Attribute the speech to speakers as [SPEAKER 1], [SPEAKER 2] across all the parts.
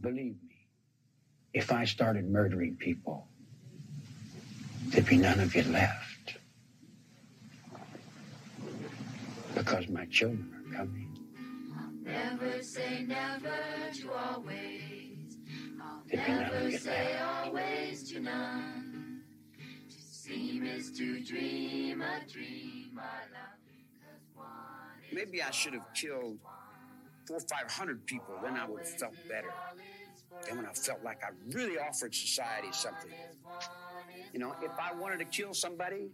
[SPEAKER 1] Believe me, if I started murdering people, there'd be none of you left. Because my children are coming.
[SPEAKER 2] Never say never to always. I'll
[SPEAKER 1] If you never
[SPEAKER 2] never
[SPEAKER 1] get
[SPEAKER 2] say always to none. To seem is to dream a dream, my love. Cause one is
[SPEAKER 3] Maybe I should have killed four or five hundred people, then I would have felt better. Then when I felt like I really offered society something. You know, if I wanted to kill somebody,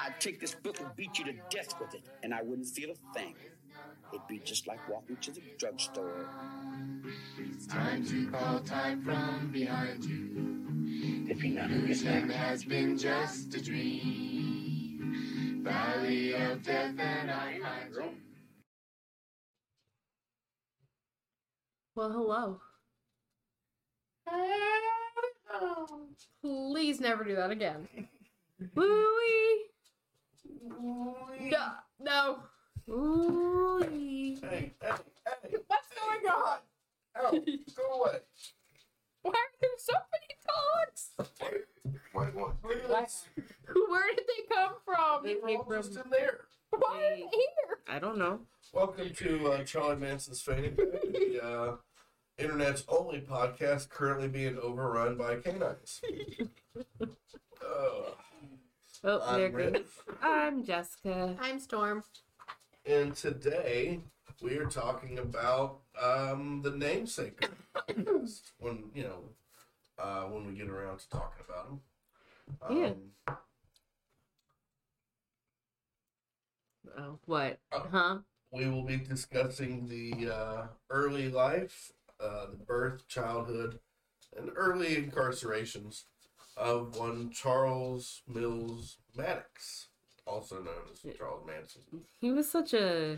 [SPEAKER 3] I'd take this book and beat you to death with it, and I wouldn't feel a thing. It'd be just like walking to the drugstore.
[SPEAKER 2] It's time to call time from behind you.
[SPEAKER 1] There'd be none of you
[SPEAKER 2] Illusion
[SPEAKER 1] left.
[SPEAKER 2] has been just a dream. Valley of death and I find you.
[SPEAKER 4] Well, hello. Please never do that again. Wooey. No, no. Wooey.
[SPEAKER 5] Hey, hey, hey.
[SPEAKER 4] What's going on?
[SPEAKER 5] Oh, go away.
[SPEAKER 4] Why are there so many
[SPEAKER 5] Wait, what? Look at this.
[SPEAKER 4] dogs? Where did they come from?
[SPEAKER 5] They Oh, were all
[SPEAKER 6] from-
[SPEAKER 5] just in there.
[SPEAKER 4] Why are they here?
[SPEAKER 6] I don't know.
[SPEAKER 5] Welcome to uh, Charlie Manson's Fading, the uh, internet's only podcast currently being overrun by canines. Uh,
[SPEAKER 6] Oh, there
[SPEAKER 5] I'm
[SPEAKER 6] goes.
[SPEAKER 5] Rick,
[SPEAKER 6] I'm Jessica.
[SPEAKER 4] I'm Storm.
[SPEAKER 5] and today we are talking about um, the namesake of the podcast when you know uh, when we get around to talking about Um, him.
[SPEAKER 6] Yeah. Oh, what?
[SPEAKER 5] Oh.
[SPEAKER 6] Huh?
[SPEAKER 5] we will be discussing the uh, early life, uh, the birth, childhood, and early incarcerations of one Charles Mills Maddox, also known as Charles Manson.
[SPEAKER 6] He was such a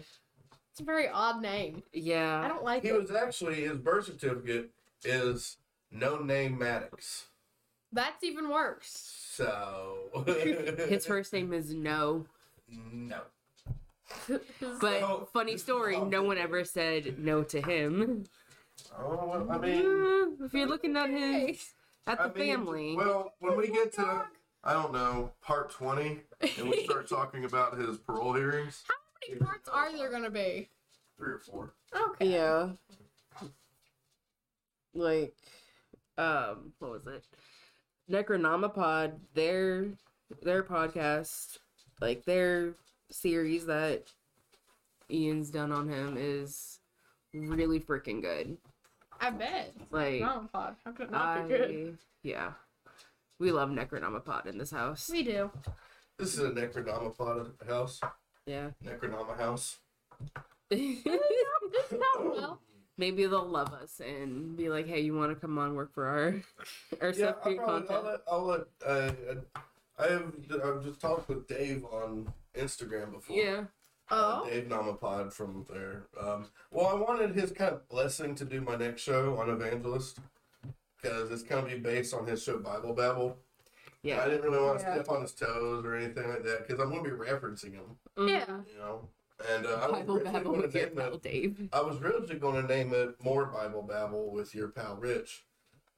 [SPEAKER 4] It's a very odd name. I
[SPEAKER 6] yeah.
[SPEAKER 4] don't like
[SPEAKER 5] He
[SPEAKER 4] it.
[SPEAKER 5] was actually his birth certificate is no name Maddox.
[SPEAKER 4] That's even worse.
[SPEAKER 5] So
[SPEAKER 6] His first name is No.
[SPEAKER 5] no.
[SPEAKER 6] But
[SPEAKER 5] So-
[SPEAKER 6] funny story, no one ever said no to him.
[SPEAKER 5] Oh, well, I mean,
[SPEAKER 6] Yeah, if you're looking at
[SPEAKER 4] Okay.
[SPEAKER 6] his Mm, at the
[SPEAKER 5] I mean,
[SPEAKER 6] family.
[SPEAKER 5] Well, when we get to
[SPEAKER 4] Dog.
[SPEAKER 5] I don't know part twenty, and we start talking about his parole hearings.
[SPEAKER 4] How many parts are there gonna be?
[SPEAKER 5] Three or four.
[SPEAKER 4] Okay.
[SPEAKER 6] Yeah. Like, um, what was it? Necronomapod, their their podcast, like their series that Ian's done on him is really freaking good.
[SPEAKER 4] I bet.
[SPEAKER 5] Oh.
[SPEAKER 6] Like
[SPEAKER 4] Nomapod. How could it not be good?
[SPEAKER 6] I, yeah. We love Necronomapod in this house.
[SPEAKER 4] We do.
[SPEAKER 5] This is a Necronomapod house.
[SPEAKER 6] Yeah.
[SPEAKER 5] Necronoma house.
[SPEAKER 4] This is how well.
[SPEAKER 6] Maybe they'll love us and be like, "Hey, you want to come on work for our our
[SPEAKER 5] Yeah,
[SPEAKER 6] stuff for
[SPEAKER 5] I'll,
[SPEAKER 6] your
[SPEAKER 5] probably, I'll
[SPEAKER 6] content?"
[SPEAKER 5] let. I'll let uh, I have. I've just talked with Dave on Instagram before.
[SPEAKER 6] Yeah.
[SPEAKER 5] Uh,
[SPEAKER 4] Oh.
[SPEAKER 5] Dave Nomapod from there. Um, well, I wanted his kind of blessing to do my next show on Evangelist because it's going to be based on his show Bible Babble. I
[SPEAKER 6] Yeah.
[SPEAKER 5] didn't really want to
[SPEAKER 4] Yeah.
[SPEAKER 5] step on his toes or anything like that because I'm going to be referencing him,
[SPEAKER 4] Oh. Yeah.
[SPEAKER 5] you know. And uh, I was
[SPEAKER 6] Bible
[SPEAKER 5] originally
[SPEAKER 6] Babble
[SPEAKER 5] gonna
[SPEAKER 6] with your
[SPEAKER 5] name it-
[SPEAKER 6] pal Dave.
[SPEAKER 5] I was originally going to name it More Bible Babble with your pal Rich,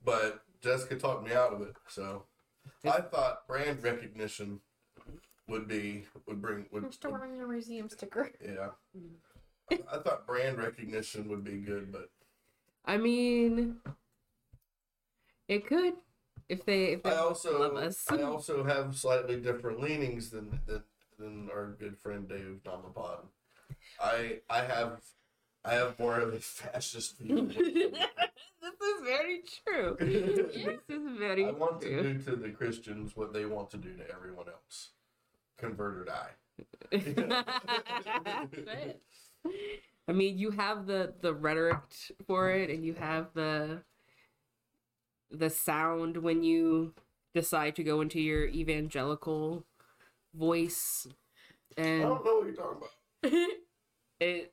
[SPEAKER 5] but Jessica talked me out of it. So I thought brand recognition would be would bring would,
[SPEAKER 4] I'm still
[SPEAKER 5] would-
[SPEAKER 4] wearing your museum sticker.
[SPEAKER 5] yeah. I, I thought brand recognition would be good, but
[SPEAKER 6] I mean, it could if they if they
[SPEAKER 5] I
[SPEAKER 6] love
[SPEAKER 5] also
[SPEAKER 6] us.
[SPEAKER 5] I also have slightly different leanings than than, than our good friend Dave Domapod. I I have I have more of a fascist view.
[SPEAKER 6] this is very true. This is very
[SPEAKER 5] I want to
[SPEAKER 6] true.
[SPEAKER 5] do to the Christians what they want to do to everyone else. Converted I.
[SPEAKER 4] But
[SPEAKER 6] I mean, you have the the rhetoric t- for it, and you have the the sound when you decide to go into your evangelical voice.
[SPEAKER 5] I
[SPEAKER 6] And
[SPEAKER 5] don't know what you're talking about.
[SPEAKER 6] it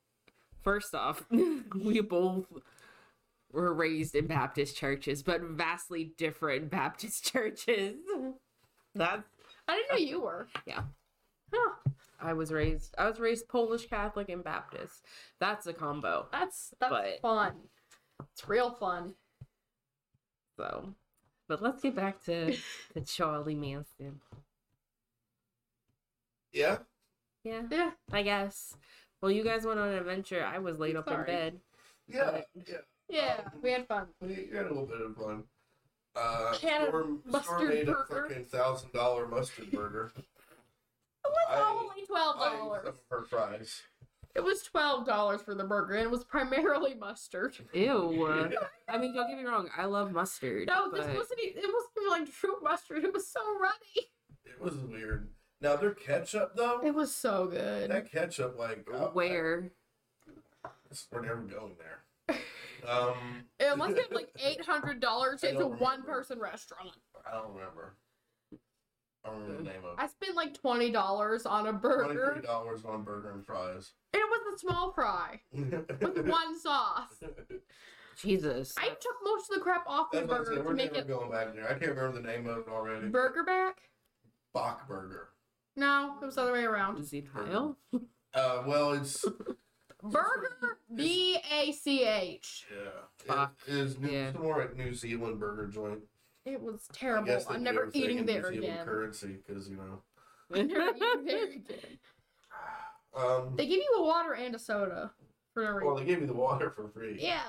[SPEAKER 6] first off, we both were raised in Baptist churches, but vastly different Baptist churches. That's
[SPEAKER 4] I didn't know you were.
[SPEAKER 6] Yeah.
[SPEAKER 4] Huh.
[SPEAKER 6] I was raised. I was raised Polish Catholic and Baptist. That's a combo.
[SPEAKER 4] That's that's
[SPEAKER 6] But-
[SPEAKER 4] fun. It's real fun.
[SPEAKER 6] So, but let's get back to, to Charlie Manson.
[SPEAKER 5] Yeah.
[SPEAKER 6] Yeah,
[SPEAKER 4] Yeah.
[SPEAKER 6] I guess. Well, you guys went on an adventure. I was laid up
[SPEAKER 4] Sorry.
[SPEAKER 6] in bed.
[SPEAKER 5] Yeah.
[SPEAKER 6] But-
[SPEAKER 5] Yeah.
[SPEAKER 4] Yeah. We had fun.
[SPEAKER 5] We had a little bit of fun. Uh,
[SPEAKER 4] Can of
[SPEAKER 5] Storm, Storm
[SPEAKER 4] mustard
[SPEAKER 5] made a
[SPEAKER 4] burger.
[SPEAKER 5] fucking thousand dollar mustard burger.
[SPEAKER 4] It
[SPEAKER 5] I-
[SPEAKER 4] was only twelve
[SPEAKER 5] I ate some
[SPEAKER 4] dollars.
[SPEAKER 5] of her fries.
[SPEAKER 4] It was twelve dollars for the burger, and it was primarily mustard.
[SPEAKER 6] Ew. I mean, don't get me wrong. I love mustard.
[SPEAKER 4] No, this
[SPEAKER 6] but-
[SPEAKER 4] wasn't. e- It wasn't like true mustard. It was so runny.
[SPEAKER 5] It was weird. Now their ketchup though,
[SPEAKER 4] It was so good.
[SPEAKER 5] that ketchup like oh, I-
[SPEAKER 6] where
[SPEAKER 5] I- we're never going there. Um,
[SPEAKER 4] It must have like eight hundred dollars.
[SPEAKER 5] I
[SPEAKER 4] It's a
[SPEAKER 5] don't remember.
[SPEAKER 4] one person restaurant.
[SPEAKER 5] I don't remember. I don't remember the name of.
[SPEAKER 4] I spent like twenty dollars on a
[SPEAKER 5] it.
[SPEAKER 4] burger,
[SPEAKER 5] Twenty-three dollars on burger and fries.
[SPEAKER 4] and it was a small fry with one sauce.
[SPEAKER 6] Jesus.
[SPEAKER 4] I took most of the crap off the
[SPEAKER 5] That's what I
[SPEAKER 4] burger
[SPEAKER 5] said. We're
[SPEAKER 4] to make
[SPEAKER 5] never
[SPEAKER 4] it
[SPEAKER 5] going back there. I can't remember the name of it already.
[SPEAKER 4] burger back.
[SPEAKER 5] Bach burger.
[SPEAKER 4] No, it was the other way around.
[SPEAKER 6] Is he Kyle?
[SPEAKER 5] Uh, well, it's
[SPEAKER 4] Burger B A C H.
[SPEAKER 5] yeah.
[SPEAKER 6] Bach,
[SPEAKER 5] It is New,
[SPEAKER 6] yeah.
[SPEAKER 5] it's more like New Zealand burger joint.
[SPEAKER 4] It was
[SPEAKER 5] I
[SPEAKER 4] terrible.
[SPEAKER 5] guess they
[SPEAKER 4] I'm
[SPEAKER 5] do
[SPEAKER 4] never
[SPEAKER 5] everything
[SPEAKER 4] eating
[SPEAKER 5] in
[SPEAKER 4] there
[SPEAKER 5] New Zealand
[SPEAKER 4] again.
[SPEAKER 5] Currency, because you know.
[SPEAKER 4] I'm never eating there again.
[SPEAKER 5] Um,
[SPEAKER 4] They give you a water and a soda for no
[SPEAKER 5] well,
[SPEAKER 4] reason.
[SPEAKER 5] they gave you the water for free.
[SPEAKER 4] Yeah,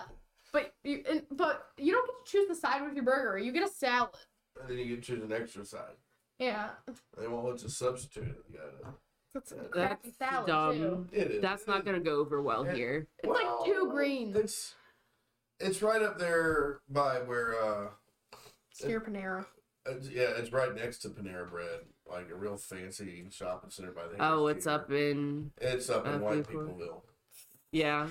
[SPEAKER 4] but you and, but you don't get to choose the side with your burger. You get a salad.
[SPEAKER 5] And then you get to choose an extra side.
[SPEAKER 4] Yeah,
[SPEAKER 5] They won't let you substitute it. You gotta-
[SPEAKER 4] that's a crappy
[SPEAKER 6] That's
[SPEAKER 4] salad too.
[SPEAKER 6] dumb.
[SPEAKER 5] It is.
[SPEAKER 6] That's not gonna go over well here.
[SPEAKER 4] It's like two green.
[SPEAKER 5] It's it's right up there by where uh
[SPEAKER 4] It's near Panera.
[SPEAKER 5] it's, yeah it's right next to Panera Bread, like a real fancy shopping center by the.
[SPEAKER 6] Oh,
[SPEAKER 5] Harris
[SPEAKER 6] it's
[SPEAKER 5] Theater.
[SPEAKER 6] up in
[SPEAKER 5] It's up in
[SPEAKER 6] up
[SPEAKER 5] White
[SPEAKER 6] in-
[SPEAKER 5] Peopleville.
[SPEAKER 6] yeah.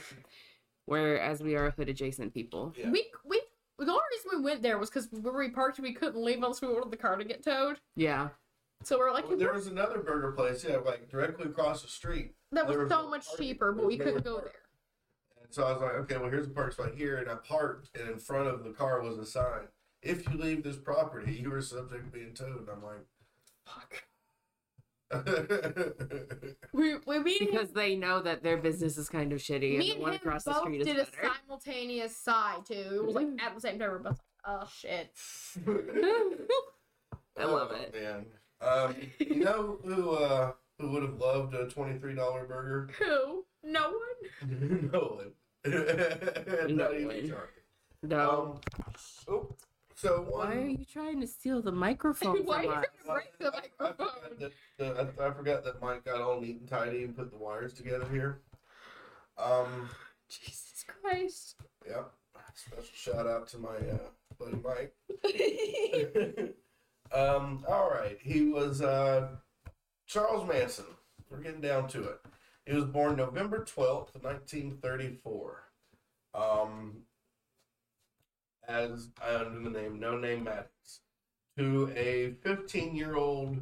[SPEAKER 6] Whereas we are hood adjacent people.
[SPEAKER 5] Yeah.
[SPEAKER 4] We we the only reason we went there was because where we parked, we couldn't leave unless we ordered the car to get towed.
[SPEAKER 6] Yeah.
[SPEAKER 4] So we're like,
[SPEAKER 5] Well, there was another burger place, yeah, like directly across the street.
[SPEAKER 4] that
[SPEAKER 5] there was
[SPEAKER 4] was so
[SPEAKER 5] no
[SPEAKER 4] much
[SPEAKER 5] parking.
[SPEAKER 4] cheaper, but
[SPEAKER 5] There
[SPEAKER 4] we
[SPEAKER 5] was nowhere
[SPEAKER 4] couldn't
[SPEAKER 5] to
[SPEAKER 4] go
[SPEAKER 5] park.
[SPEAKER 4] there.
[SPEAKER 5] And so I was like, okay, well, here's a parking spot here. And I parked, and in front of the car was a sign. If you leave this property, you are subject to being towed. And I'm
[SPEAKER 4] Fuck.
[SPEAKER 5] like,
[SPEAKER 4] We we me and him,
[SPEAKER 6] Because they know that their business is kind of shitty and
[SPEAKER 4] me
[SPEAKER 6] the
[SPEAKER 4] and
[SPEAKER 6] one
[SPEAKER 4] him
[SPEAKER 6] across the
[SPEAKER 4] both
[SPEAKER 6] street is
[SPEAKER 4] did a
[SPEAKER 6] better.
[SPEAKER 4] simultaneous sigh too. It was like at the same time. We're both like, oh shit.
[SPEAKER 6] I love
[SPEAKER 5] Oh,
[SPEAKER 6] it.
[SPEAKER 5] Man, um, you know who uh, who would have loved a twenty three dollar burger?
[SPEAKER 4] Who? No one.
[SPEAKER 5] no one. Not
[SPEAKER 6] one.
[SPEAKER 5] even Charlie.
[SPEAKER 6] No.
[SPEAKER 5] Um, oh, so one.
[SPEAKER 6] Why are you trying to steal the microphone
[SPEAKER 4] Why
[SPEAKER 6] from
[SPEAKER 4] are
[SPEAKER 6] us?
[SPEAKER 4] you gonna break the
[SPEAKER 5] I- I forgot
[SPEAKER 4] microphone?
[SPEAKER 5] that- that- I, I forgot that Mike got all neat and tidy and put the wires together here. Um,
[SPEAKER 4] Jesus Christ.
[SPEAKER 5] yeah. Special shout out to my uh, buddy Mike. um, all right. He was uh, Charles Manson. We're getting down to it. He was born November 12th, 1934. Um, as under the name No Name Maddox, to a 15 year old,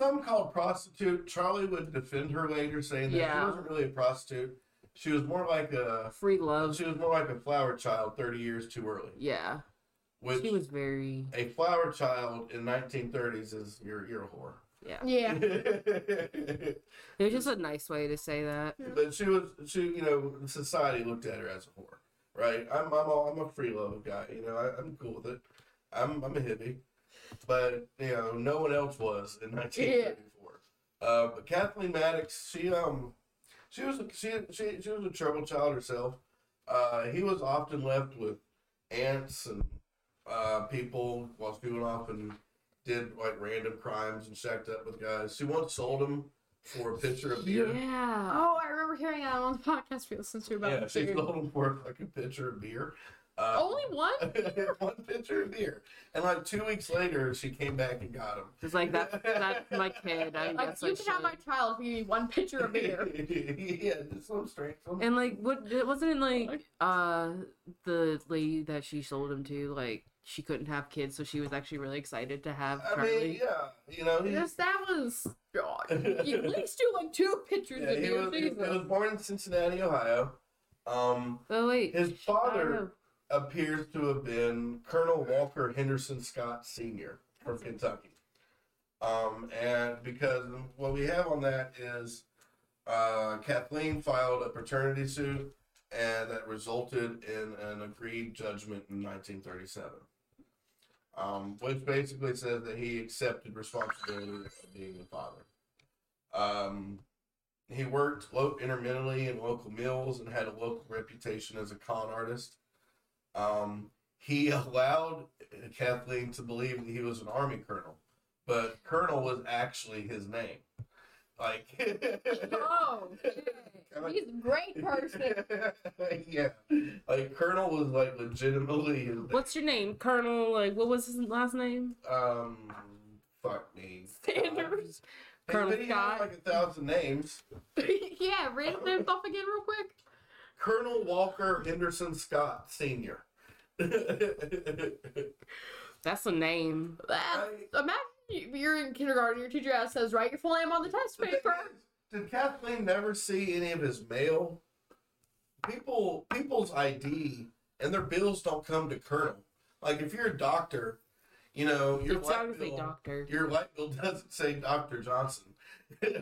[SPEAKER 5] some called prostitute. Charlie would defend her later, saying that she
[SPEAKER 6] Yeah.
[SPEAKER 5] wasn't really a prostitute. She was more like a
[SPEAKER 6] Free love.
[SPEAKER 5] she was more like a flower child 30 years too early.
[SPEAKER 6] Yeah.
[SPEAKER 5] Which
[SPEAKER 6] She was very
[SPEAKER 5] a flower child in 1930s is you're, you're a whore.
[SPEAKER 4] Yeah.
[SPEAKER 6] it was just a nice way to say that.
[SPEAKER 5] but she was she you know society looked at her as a whore, right? I'm I'm all, I'm a free love guy, you know I, I'm cool with it. I'm I'm a hippie, but you know no one else was in 1934. Uh, but Kathleen Maddox, she um she was a, she she she was a troubled child herself. Uh, he was often left with aunts and uh, people while she went off and did like random crimes and shacked up with guys. She once sold him for a pitcher of beer.
[SPEAKER 6] Yeah.
[SPEAKER 4] Oh, I remember hearing that on the podcast we listened to about
[SPEAKER 5] Yeah,
[SPEAKER 4] the
[SPEAKER 5] she
[SPEAKER 4] food.
[SPEAKER 5] sold him for like a pitcher of beer. Uh,
[SPEAKER 4] Only one?
[SPEAKER 5] one pitcher of beer. And like two weeks later, she came back and got him.
[SPEAKER 6] It's like that that's my kid. I
[SPEAKER 4] Like,
[SPEAKER 6] guess
[SPEAKER 4] you
[SPEAKER 6] I
[SPEAKER 4] can have
[SPEAKER 6] should.
[SPEAKER 4] my child if you need one pitcher of beer.
[SPEAKER 5] yeah, just some strange. Some...
[SPEAKER 6] And like what it wasn't it like uh the lady that she sold him to, like she couldn't have kids, so she was actually really excited to have
[SPEAKER 5] I
[SPEAKER 6] Charlie.
[SPEAKER 5] mean, yeah, you know, he,
[SPEAKER 4] Yes, that was. Oh, you at least do like two pitchers
[SPEAKER 5] yeah,
[SPEAKER 4] of
[SPEAKER 5] he,
[SPEAKER 4] beer.
[SPEAKER 5] was, he
[SPEAKER 4] Jesus.
[SPEAKER 5] was born in Cincinnati, Ohio. Um,
[SPEAKER 6] Oh wait.
[SPEAKER 5] his
[SPEAKER 6] I don't know.
[SPEAKER 5] father appears to have been Colonel Walker Henderson Scott Sr. from Kentucky. Um, and because what we have on that is uh, Kathleen filed a paternity suit, and that resulted in an agreed judgment in 1937. um, which basically says that he accepted responsibility of being a father. Um, he worked lo- intermittently in local mills and had a local reputation as a con artist. Um, he allowed Kathleen to believe that he was an army colonel, but colonel was actually his name. Like,
[SPEAKER 4] Oh, shit. he's a great person.
[SPEAKER 5] yeah, like colonel was like legitimately his name.
[SPEAKER 6] What's your name, Colonel? Like, what was his last name?
[SPEAKER 5] um fuck me
[SPEAKER 6] Sanders.
[SPEAKER 5] Hey,
[SPEAKER 6] Colonel
[SPEAKER 5] but he had,
[SPEAKER 6] Scott.
[SPEAKER 5] like a thousand names
[SPEAKER 4] yeah, read those off again real quick.
[SPEAKER 5] colonel walker henderson scott senior
[SPEAKER 6] That's a name.
[SPEAKER 4] Ah, Imagine you- you're in kindergarten, your teacher ass says, write your full name on the test paper.
[SPEAKER 5] did kathleen never see any of his mail people people's id and their bills don't come to colonel like if you're a doctor you know your
[SPEAKER 6] It's
[SPEAKER 5] light,
[SPEAKER 6] obviously
[SPEAKER 5] bill,
[SPEAKER 6] doctor.
[SPEAKER 5] your light bill doesn't say dr johnson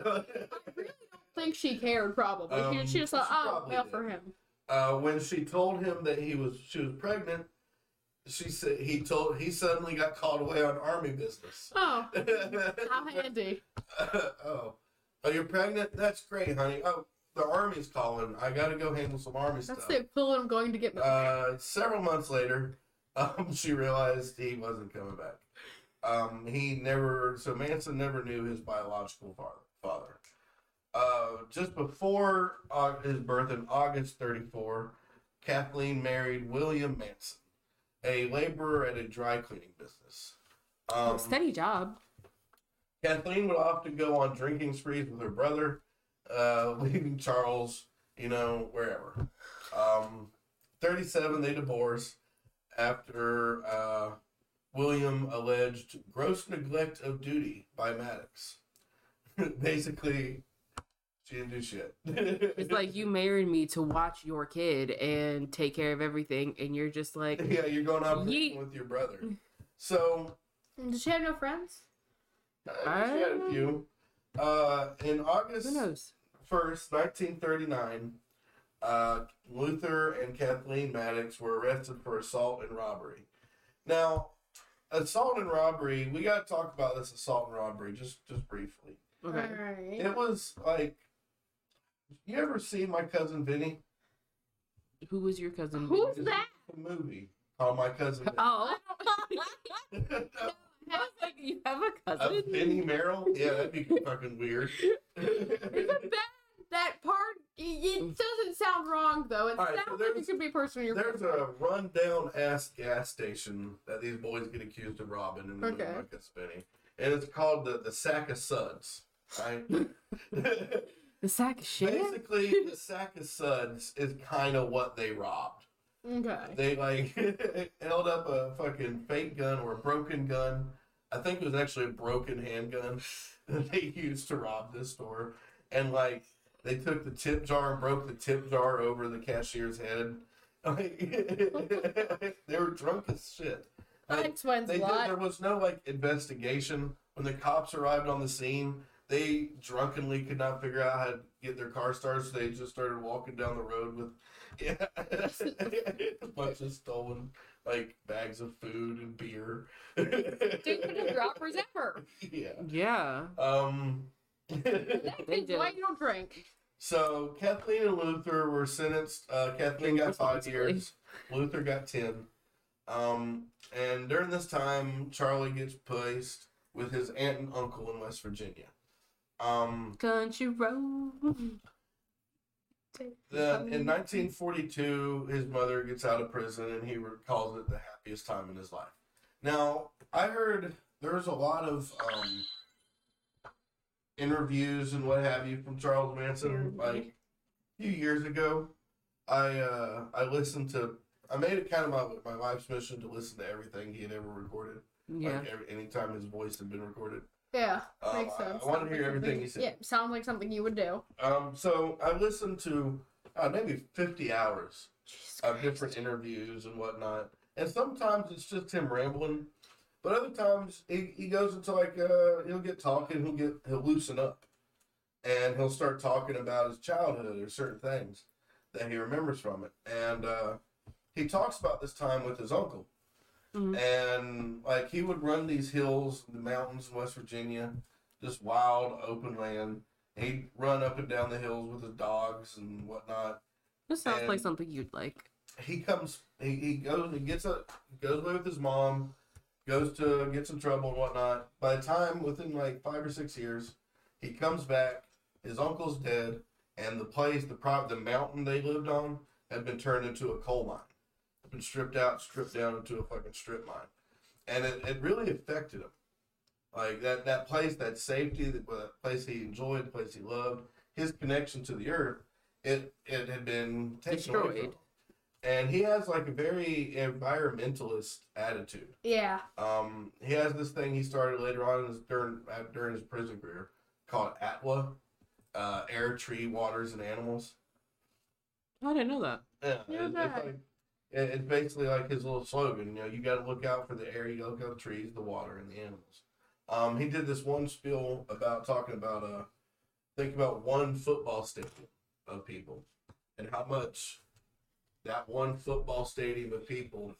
[SPEAKER 4] I think she cared probably. She-
[SPEAKER 5] Um,
[SPEAKER 4] she just thought,
[SPEAKER 5] she
[SPEAKER 4] oh,
[SPEAKER 5] probably
[SPEAKER 4] well
[SPEAKER 5] did.
[SPEAKER 4] for him.
[SPEAKER 5] uh, when she told him that he was she was pregnant, she said he told he suddenly got called away on army business.
[SPEAKER 4] Oh, how
[SPEAKER 5] oh,
[SPEAKER 4] handy.
[SPEAKER 5] oh, you're pregnant? That's great, honey. Oh, the army's calling. I gotta go handle some army
[SPEAKER 4] That's the
[SPEAKER 5] stuff.
[SPEAKER 4] equivalent of going to get married.
[SPEAKER 5] Uh, several months later, um, she realized he wasn't coming back. Um, he never so Manson never knew his biological father. father. Uh, just before uh, his birth in August 34, Kathleen married William Manson, a laborer at a dry cleaning business. Um,
[SPEAKER 6] Steady job.
[SPEAKER 5] Kathleen would often go on drinking sprees with her brother, uh, leaving Charles, you know, wherever. Um, 37, they divorce after uh, William alleged gross neglect of duty by Maddox. Basically, she didn't do shit.
[SPEAKER 6] It's like you married me to watch your kid and take care of everything, and you're just like,
[SPEAKER 5] yeah, you're going out drinking
[SPEAKER 6] Yeet.
[SPEAKER 5] with your brother. So
[SPEAKER 4] Does she have no friends?
[SPEAKER 5] uh, she had a few. Uh, in August,
[SPEAKER 6] who knows?
[SPEAKER 5] First, 1939, uh, Luther and Kathleen Maddox were arrested for assault and robbery. Now, assault and robbery, we got to talk about this assault and robbery just just briefly.
[SPEAKER 6] Okay.
[SPEAKER 4] Alright.
[SPEAKER 5] It was like, you ever see my cousin Vinny?
[SPEAKER 6] Who was your cousin?
[SPEAKER 4] Who?
[SPEAKER 5] It's
[SPEAKER 4] that?
[SPEAKER 5] A movie called My Cousin.
[SPEAKER 6] Oh.
[SPEAKER 5] Vinny.
[SPEAKER 6] I was like, you have a
[SPEAKER 5] Uh,
[SPEAKER 6] cousin?
[SPEAKER 5] Vinny Merrill? Yeah, that'd be fucking weird.
[SPEAKER 4] Isn't that that part? It it doesn't sound wrong though. It
[SPEAKER 5] Alright, so
[SPEAKER 4] sounds like
[SPEAKER 5] there's-
[SPEAKER 4] it could be a person in your
[SPEAKER 5] There's a rundown ass gas station that these boys get accused of robbing in the
[SPEAKER 4] Okay.
[SPEAKER 5] okay. Spinny. And it's called the, the Sack of Suds. Right?
[SPEAKER 6] The sack of shit?
[SPEAKER 5] Basically, the Sack of Suds is kind of what they robbed.
[SPEAKER 4] Okay.
[SPEAKER 5] They like held up a fucking fake gun or a broken gun. I think it was actually a broken handgun that they used to rob this store. And like they took the tip jar and broke the tip jar over the cashier's head. Like, they were drunk as shit.
[SPEAKER 4] That
[SPEAKER 5] Like,
[SPEAKER 4] explains
[SPEAKER 5] they
[SPEAKER 4] a
[SPEAKER 5] did,
[SPEAKER 4] lot.
[SPEAKER 5] there was no like investigation. When the cops arrived on the scene, they drunkenly could not figure out how to get their car started, so they just started walking down the road with yeah, a bunch of stolen like bags of food and beer.
[SPEAKER 4] Stupidest droppers ever.
[SPEAKER 5] yeah.
[SPEAKER 6] Yeah.
[SPEAKER 5] Um.
[SPEAKER 4] That
[SPEAKER 6] They
[SPEAKER 4] is why
[SPEAKER 6] did.
[SPEAKER 4] you don't drink.
[SPEAKER 5] so Kathleen and Luther were sentenced. Uh, Kathleen got five years. Luther got ten. Um, and during this time, Charlie gets placed with his aunt and uncle in West Virginia. Um,
[SPEAKER 6] Country road.
[SPEAKER 5] then in 1942, his mother gets out of prison, and he recalls it the happiest time in his life. Now, I heard there's a lot of um, interviews and what have you from Charles Manson. Like a few years ago, I uh, I listened to. I made it kind of my, my life's mission to listen to everything he had ever recorded.
[SPEAKER 6] Yeah.
[SPEAKER 5] Like every, anytime his voice had been recorded.
[SPEAKER 4] Yeah,
[SPEAKER 5] Um,
[SPEAKER 4] makes
[SPEAKER 5] I-
[SPEAKER 4] sense.
[SPEAKER 5] I want to hear everything he said.
[SPEAKER 4] Yeah, sounds like something you would do.
[SPEAKER 5] Um, so I listened to uh, maybe 50 hours
[SPEAKER 6] Jesus
[SPEAKER 5] of different interviews and whatnot. And sometimes it's just him rambling, but other times he, he goes into like uh, he'll get talking, he'll get he'll loosen up, and he'll start talking about his childhood or certain things that he remembers from it. And uh, he talks about this time with his uncle,
[SPEAKER 6] Mhm.
[SPEAKER 5] and like he would run these hills, the mountains, in West Virginia, just wild open land. He'd run up and down the hills with his dogs and whatnot.
[SPEAKER 6] This sounds like
[SPEAKER 5] And-
[SPEAKER 6] something you'd like.
[SPEAKER 5] He comes, he, he goes, he gets up, goes away with his mom, goes to gets in trouble and whatnot. By the time within like five or six years, he comes back. His uncle's dead, and the place, the prop, the mountain they lived on, had been turned into a coal mine. Been stripped out, stripped down into a fucking strip mine, and it, it really affected him. Like that that place, that safety, that uh, place he enjoyed, the place he loved, his connection to the earth, it it had been taken Away from
[SPEAKER 6] Destroyed.
[SPEAKER 5] him. And he has like a very environmentalist attitude.
[SPEAKER 4] Yeah.
[SPEAKER 5] Um, he has this thing he started later on in his, during uh, during his prison career called Atla, uh, air, tree, waters, and animals.
[SPEAKER 6] Oh, I didn't know that.
[SPEAKER 5] Yeah, it- it's
[SPEAKER 4] Okay.
[SPEAKER 5] like it, it's basically like his little slogan. You know, you got to look out for the air, you got to look out for the trees, the water, and the animals. Um, he did this one spiel about talking about uh, think about one football stadium of people and how much that one football stadium of people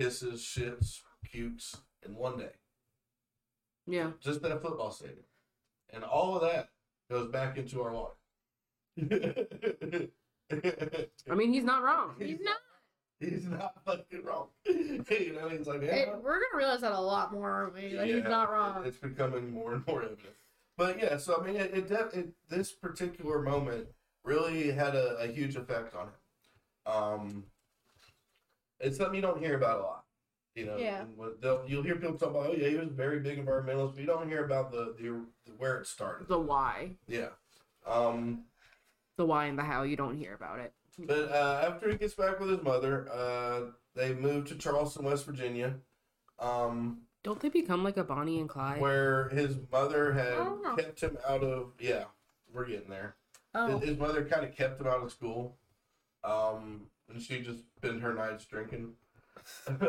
[SPEAKER 5] pisses, shits, pukes in one day.
[SPEAKER 6] Yeah.
[SPEAKER 5] Just that football stadium, and all of that goes back into our water.
[SPEAKER 6] I mean, he's not wrong.
[SPEAKER 4] He's not.
[SPEAKER 5] He's not fucking wrong. you know, he's like,
[SPEAKER 4] it-
[SPEAKER 5] yeah.
[SPEAKER 4] we're gonna realize that a lot more, aren't we? Like, he's
[SPEAKER 5] Yeah,
[SPEAKER 4] not wrong.
[SPEAKER 5] It's becoming more and more evident. But yeah, so I mean, it, it, def- it this particular moment really had a, a huge effect on him. Um, it's something you don't hear about a lot. You know,
[SPEAKER 4] Yeah.
[SPEAKER 5] and what they'll- you'll hear people talk about, oh yeah, he was a very big environmentalist, but you don't hear about the, the, the where it started.
[SPEAKER 6] The why.
[SPEAKER 5] Yeah. Um,
[SPEAKER 6] The why and the how. You don't hear about it.
[SPEAKER 5] But uh, after he gets back with his mother, uh, they move to Charleston, West Virginia, um,
[SPEAKER 6] Don't they become like a Bonnie and Clyde?
[SPEAKER 5] where his mother had
[SPEAKER 4] I don't know.
[SPEAKER 5] kept him out of. Yeah, we're getting there. His-
[SPEAKER 4] oh,
[SPEAKER 5] His mother kind of kept him out of school, um, and she just spent her nights drinking.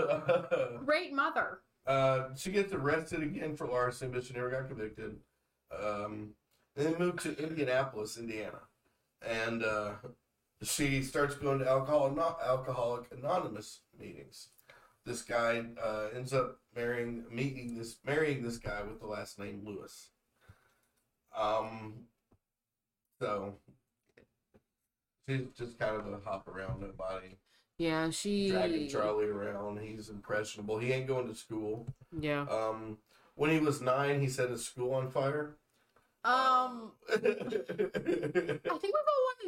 [SPEAKER 4] great mother.
[SPEAKER 5] Uh, she gets arrested again for larceny, but she never got convicted. Um, then moved to Indianapolis, Indiana, and uh, she starts going to alcohol not alcoholic anonymous meetings. This guy uh, ends up marrying meeting this marrying this guy with the last name Lewis. Um, so she's just kind of a hop around nobody,
[SPEAKER 6] Yeah, she.
[SPEAKER 5] dragging Charlie around. He's impressionable. He ain't going to school.
[SPEAKER 6] Yeah.
[SPEAKER 5] Um, when he was nine, he set his school on fire.
[SPEAKER 4] Um, I
[SPEAKER 5] I
[SPEAKER 4] think we've all wanted to do it, but I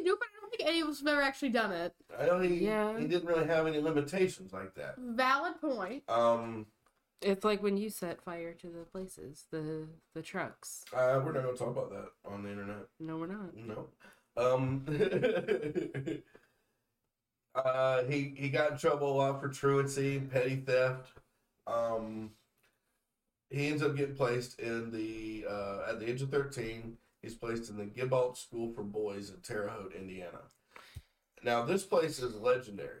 [SPEAKER 4] don't think any of us have ever actually done it.
[SPEAKER 5] know he,
[SPEAKER 6] Yeah.
[SPEAKER 5] he didn't really have any limitations like that.
[SPEAKER 4] Valid point.
[SPEAKER 5] Um,
[SPEAKER 6] It's like when you set fire to the places, the the trucks.
[SPEAKER 5] uh, we're not going to talk about that on the internet.
[SPEAKER 6] No, we're not.
[SPEAKER 5] No. Um, uh, he he got in trouble a lot for truancy, petty theft. Um, he ends up getting placed in the uh, at the age of thirteen. He's placed in the Gibbalt School for Boys in Terre Haute, Indiana. Now this place is legendary.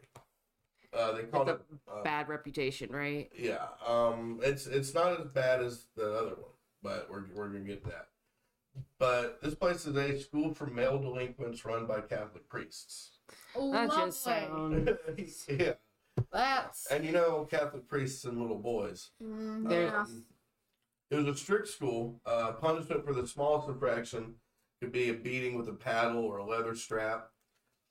[SPEAKER 5] Uh, they called
[SPEAKER 6] It's
[SPEAKER 5] it uh,
[SPEAKER 6] Bad reputation, right?
[SPEAKER 5] yeah, um, it's it's not as bad as the other one, but we're we're gonna get that. But this place is a school for male delinquents run by Catholic priests.
[SPEAKER 6] That
[SPEAKER 4] Lovely.
[SPEAKER 6] just sounds.
[SPEAKER 5] yeah,
[SPEAKER 4] That's.
[SPEAKER 5] and you know Catholic priests and little boys.
[SPEAKER 4] Mm,
[SPEAKER 6] There's-
[SPEAKER 4] yeah.
[SPEAKER 5] Um, it was a strict school. Uh, punishment for the smallest infraction could be a beating with a paddle or a leather strap.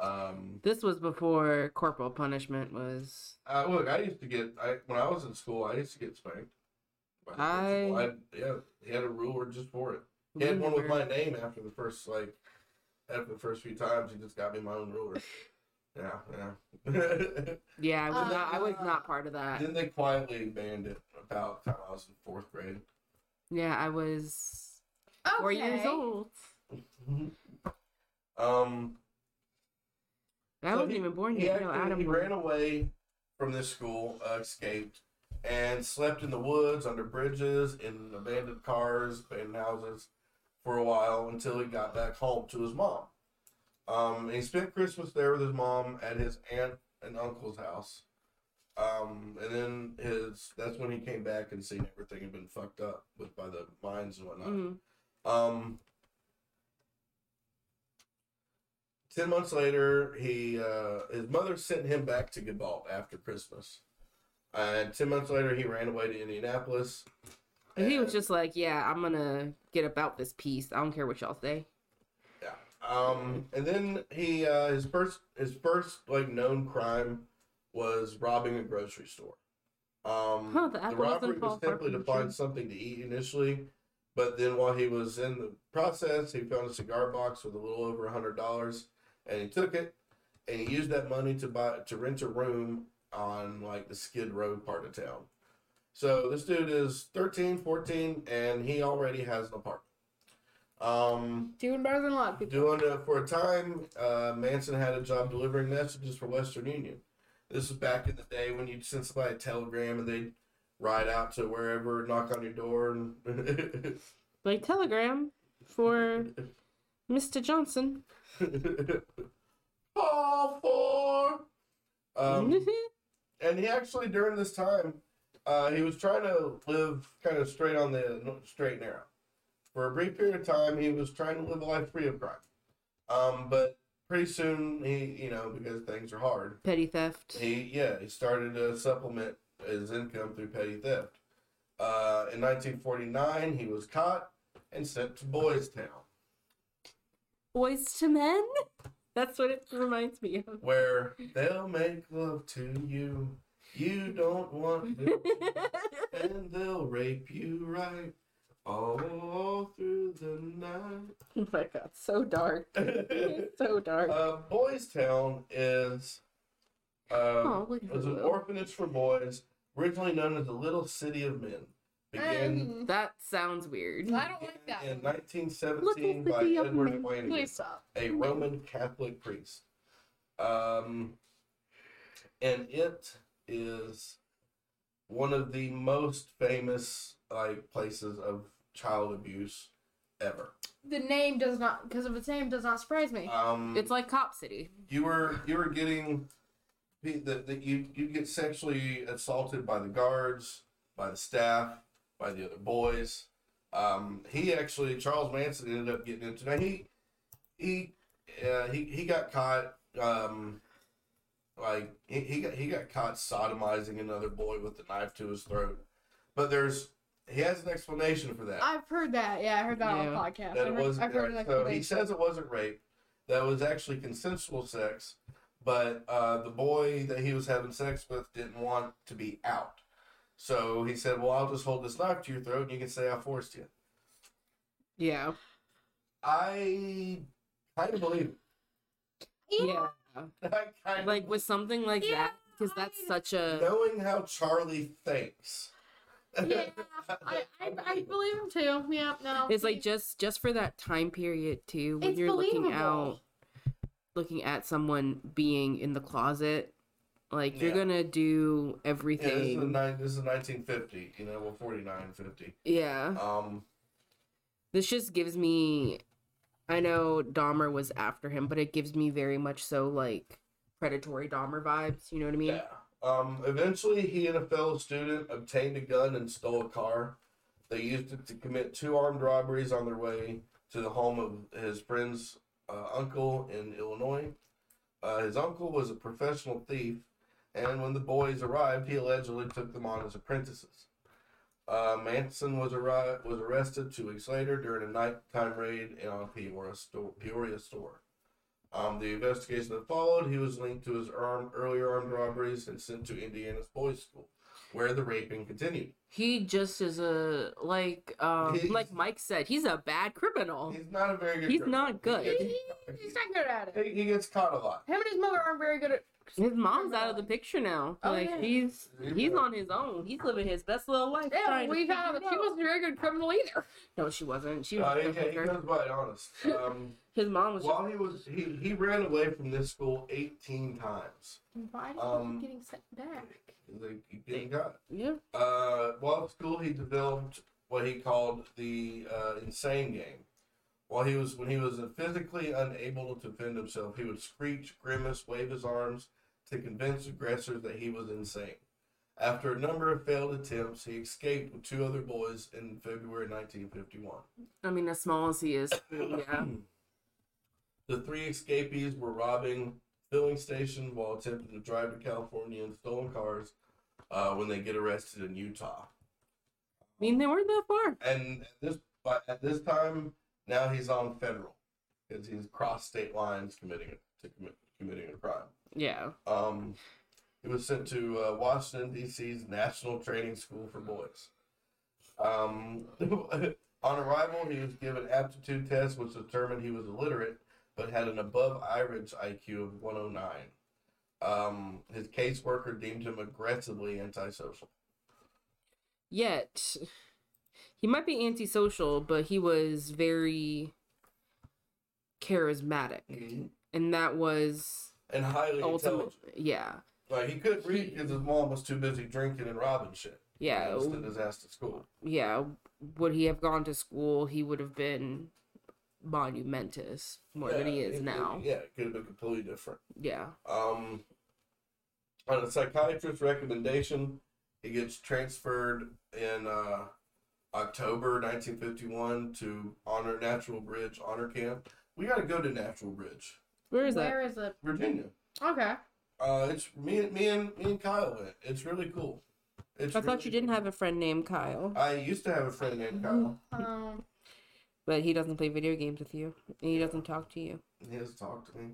[SPEAKER 5] Um,
[SPEAKER 6] This was before corporal punishment was.
[SPEAKER 5] I, look, I used to get I when I was in school, I used to get spanked. by the
[SPEAKER 6] I-
[SPEAKER 5] principal. I yeah, he had a ruler just for it. He had one with my name after the first like after the first few times he just got me my own ruler. Yeah, yeah.
[SPEAKER 6] Yeah, I was
[SPEAKER 4] Uh,
[SPEAKER 6] not. I was not part of that.
[SPEAKER 5] then they quietly banned it about the time I was in fourth grade.
[SPEAKER 6] Yeah, I was
[SPEAKER 4] Okay.
[SPEAKER 6] four years old.
[SPEAKER 5] Um
[SPEAKER 6] I
[SPEAKER 5] So
[SPEAKER 6] wasn't
[SPEAKER 5] he-
[SPEAKER 6] even born
[SPEAKER 5] he,
[SPEAKER 6] yet. No,
[SPEAKER 5] actually-
[SPEAKER 6] Adam.
[SPEAKER 5] he
[SPEAKER 6] was.
[SPEAKER 5] ran away from this school, uh, escaped, and slept in the woods, under bridges, in abandoned cars, abandoned houses for a while until he got back home to his mom. Um, and he spent Christmas there with his mom at his aunt and uncle's house. Um, and then his that's when he came back and seen everything had been fucked up with by the mines and whatnot.
[SPEAKER 6] Mhm.
[SPEAKER 5] Um, ten months later, he uh, his mother sent him back to Gibalt after Christmas. And 10 months later, he ran away to Indianapolis.
[SPEAKER 6] And he was
[SPEAKER 5] And,
[SPEAKER 6] just like, yeah, I'm gonna get about this piece. I don't care what y'all say.
[SPEAKER 5] um, and then he uh, his first his first like known crime was robbing a grocery store. Um,
[SPEAKER 6] Huh, the
[SPEAKER 5] the,
[SPEAKER 6] apple doesn't
[SPEAKER 5] robbery
[SPEAKER 6] fall
[SPEAKER 5] was simply
[SPEAKER 6] far from
[SPEAKER 5] to
[SPEAKER 6] the tree.
[SPEAKER 5] find something to eat initially, but then while he was in the process, he found a cigar box with a little over a hundred dollars, and he took it, and he used that money to buy to rent a room on like the Skid Row part of town. So this dude is 13, 14, and he already has an apartment. Um,
[SPEAKER 4] Doing better than a lot of people.
[SPEAKER 5] Doing uh, for a time, uh, Manson had a job delivering messages for Western Union. This was back in the day when you'd send somebody a telegram and they'd ride out to wherever, knock on your door, and
[SPEAKER 6] Like telegram for Mr. Johnson.
[SPEAKER 5] call for. Um, and he actually during this time, uh, he was trying to live kind of straight on the no- straight and narrow. For a brief period of time, he was trying to live a life free of crime. Um, but pretty soon, he you know because things are hard,
[SPEAKER 6] Petty theft.
[SPEAKER 5] he yeah he started to supplement his income through petty theft. Uh, in 1949, he was caught and sent to Boys Town,
[SPEAKER 6] Boys to men? That's what it reminds me of.
[SPEAKER 5] where they'll make love to you. You don't want to. and they'll rape you right all through the
[SPEAKER 6] Oh my god, so dark.
[SPEAKER 5] night.
[SPEAKER 6] It's so dark.
[SPEAKER 5] uh, Boys Town is uh,
[SPEAKER 6] oh, look at
[SPEAKER 5] was an
[SPEAKER 6] Lou.
[SPEAKER 5] orphanage for boys, originally known as the Little City of Men. Began
[SPEAKER 4] Um,
[SPEAKER 6] That sounds weird.
[SPEAKER 4] I don't like that.
[SPEAKER 5] in
[SPEAKER 4] one.
[SPEAKER 5] 1917
[SPEAKER 6] Little
[SPEAKER 5] by
[SPEAKER 6] City of
[SPEAKER 5] Edward
[SPEAKER 6] Men.
[SPEAKER 5] Flanagan,
[SPEAKER 4] Please stop.
[SPEAKER 5] a Roman Catholic priest. Um, and it is one of the most famous like places of child abuse ever.
[SPEAKER 4] The name does not, because of its name, does not surprise me.
[SPEAKER 5] Um,
[SPEAKER 6] It's like Cop City.
[SPEAKER 5] you were you were getting that that you you get sexually assaulted by the guards, by the staff, by the other boys. Um, he actually Charles Manson ended up getting into now he he uh, he he got caught um, like he, he got he got caught sodomizing another boy with the knife to his throat. But there's he has an explanation for that
[SPEAKER 4] I've heard that. Yeah, I heard that on
[SPEAKER 6] Yeah.
[SPEAKER 4] a podcast.
[SPEAKER 5] that
[SPEAKER 4] I've
[SPEAKER 5] it
[SPEAKER 4] heard,
[SPEAKER 5] wasn't
[SPEAKER 4] I've heard
[SPEAKER 5] rape.
[SPEAKER 4] an
[SPEAKER 5] so he
[SPEAKER 4] explanation.
[SPEAKER 5] says it wasn't rape that was actually consensual sex but uh, the boy that he was having sex with didn't want to be out so he said well i'll just hold this knife to your throat and you can say i forced you
[SPEAKER 6] Yeah.
[SPEAKER 5] i kind of believe
[SPEAKER 6] Yeah.
[SPEAKER 5] it. I kind
[SPEAKER 6] Like uh, with something like
[SPEAKER 4] Yeah,
[SPEAKER 6] that, because that's
[SPEAKER 4] I-
[SPEAKER 6] such
[SPEAKER 5] of,
[SPEAKER 6] a.
[SPEAKER 5] knowing how charlie thinks
[SPEAKER 4] yeah, I, I, I believe him too. Yeah, no.
[SPEAKER 6] It's like
[SPEAKER 4] he-
[SPEAKER 6] just just for that time period too, when
[SPEAKER 4] It's
[SPEAKER 6] you're looking out,
[SPEAKER 4] believable.
[SPEAKER 6] looking at someone being in the closet, like you're
[SPEAKER 5] Yeah.
[SPEAKER 6] gonna do
[SPEAKER 5] yeah, this, is the
[SPEAKER 6] everything. Yeah,
[SPEAKER 5] nine, this is 1950 you know well 49 50 um
[SPEAKER 6] this just gives me. I know Dahmer was after him, but it gives me very much so like predatory Dahmer vibes. You know what I mean?
[SPEAKER 5] Yeah. Um, eventually, he and a fellow student obtained a gun and stole a car. They used it to commit two armed robberies on their way to the home of his friend's uh, uncle in Illinois. Uh, his uncle was a professional thief, and when the boys arrived, he allegedly took them on as apprentices. Uh, Manson was, arri- was arrested two weeks later during a nighttime raid in a Peoria store. Peoria store. Um, the investigation that followed, he was linked to his armed, earlier armed robberies and sent to Indiana's boys' school, where the raping continued.
[SPEAKER 6] He just is a like um
[SPEAKER 5] He's-
[SPEAKER 6] like Mike said, he's a bad criminal.
[SPEAKER 5] He's not a very good.
[SPEAKER 6] He's
[SPEAKER 5] criminal.
[SPEAKER 6] not good.
[SPEAKER 5] He
[SPEAKER 4] He- he's not good at it.
[SPEAKER 5] gets, he- he gets caught a lot.
[SPEAKER 4] Him and his mother aren't very good at.
[SPEAKER 6] His mom's out of the picture now.
[SPEAKER 4] Oh,
[SPEAKER 6] like
[SPEAKER 4] yeah.
[SPEAKER 6] he's he's on his own. He's living his best little life.
[SPEAKER 4] Yeah,
[SPEAKER 6] trying to
[SPEAKER 4] we found out
[SPEAKER 6] figure it
[SPEAKER 4] she
[SPEAKER 6] out.
[SPEAKER 4] wasn't a very good criminal either.
[SPEAKER 6] No, she wasn't. She was
[SPEAKER 5] Uh,
[SPEAKER 6] a
[SPEAKER 5] he, he
[SPEAKER 6] hooker.
[SPEAKER 5] goes by it honest. Um,
[SPEAKER 6] His mom was.
[SPEAKER 5] while he was, he, he ran away from this school 18 times.
[SPEAKER 4] Why did
[SPEAKER 5] Um,
[SPEAKER 4] he keep getting sent back?
[SPEAKER 5] Like, he didn't got.
[SPEAKER 6] yeah.
[SPEAKER 5] Uh, while at school, he developed what he called the uh, insane game. While he was when he was physically unable to defend himself, he would screech, grimace, wave his arms to convince aggressors that he was insane. After a number of failed attempts, he escaped with two other boys in February 1951.
[SPEAKER 6] I mean, as small as he is, yeah.
[SPEAKER 5] The three escapees were robbing filling stations while attempting to drive to California in stolen cars uh, when they get arrested in Utah.
[SPEAKER 6] I mean, they weren't that far.
[SPEAKER 5] And at this, but at this time, now he's on federal because he's crossed state lines committing to commit, committing a crime.
[SPEAKER 6] Yeah.
[SPEAKER 5] Um, he was sent to uh, Washington D.C.'s National Training School for Boys. Um, on arrival, he was given aptitude tests, which determined he was illiterate, but had an above average IQ of 109. Um, his caseworker deemed him aggressively antisocial.
[SPEAKER 6] Yet, he might be antisocial, but he was very charismatic, and that was
[SPEAKER 5] And highly
[SPEAKER 6] ultimate.
[SPEAKER 5] intelligent.
[SPEAKER 6] Yeah.
[SPEAKER 5] Like he could read because his mom was too busy drinking and robbing shit.
[SPEAKER 6] Yeah.
[SPEAKER 5] He sent his ass to school.
[SPEAKER 6] yeah, would he have gone to school, he would have been monumentous more than he
[SPEAKER 5] Yeah,
[SPEAKER 6] is
[SPEAKER 5] it-
[SPEAKER 6] now.
[SPEAKER 5] Yeah, it could have been completely different.
[SPEAKER 6] yeah.
[SPEAKER 5] Um, on a psychiatrist's recommendation, he gets transferred in uh, October 1951 to Honor Natural Bridge Honor Camp. We got to go to Natural Bridge,
[SPEAKER 6] Where is
[SPEAKER 4] Where is it?
[SPEAKER 5] Virginia.
[SPEAKER 4] Okay.
[SPEAKER 5] Uh, it's me, and me and me and Kyle went. It's really cool. It's
[SPEAKER 6] that? I thought
[SPEAKER 5] really
[SPEAKER 6] you didn't
[SPEAKER 5] cool.
[SPEAKER 6] have a friend named Kyle,
[SPEAKER 5] I used to have a friend named Kyle.
[SPEAKER 4] Um,
[SPEAKER 6] but he doesn't play video games with you, and he doesn't talk to you.
[SPEAKER 5] He has talked to me.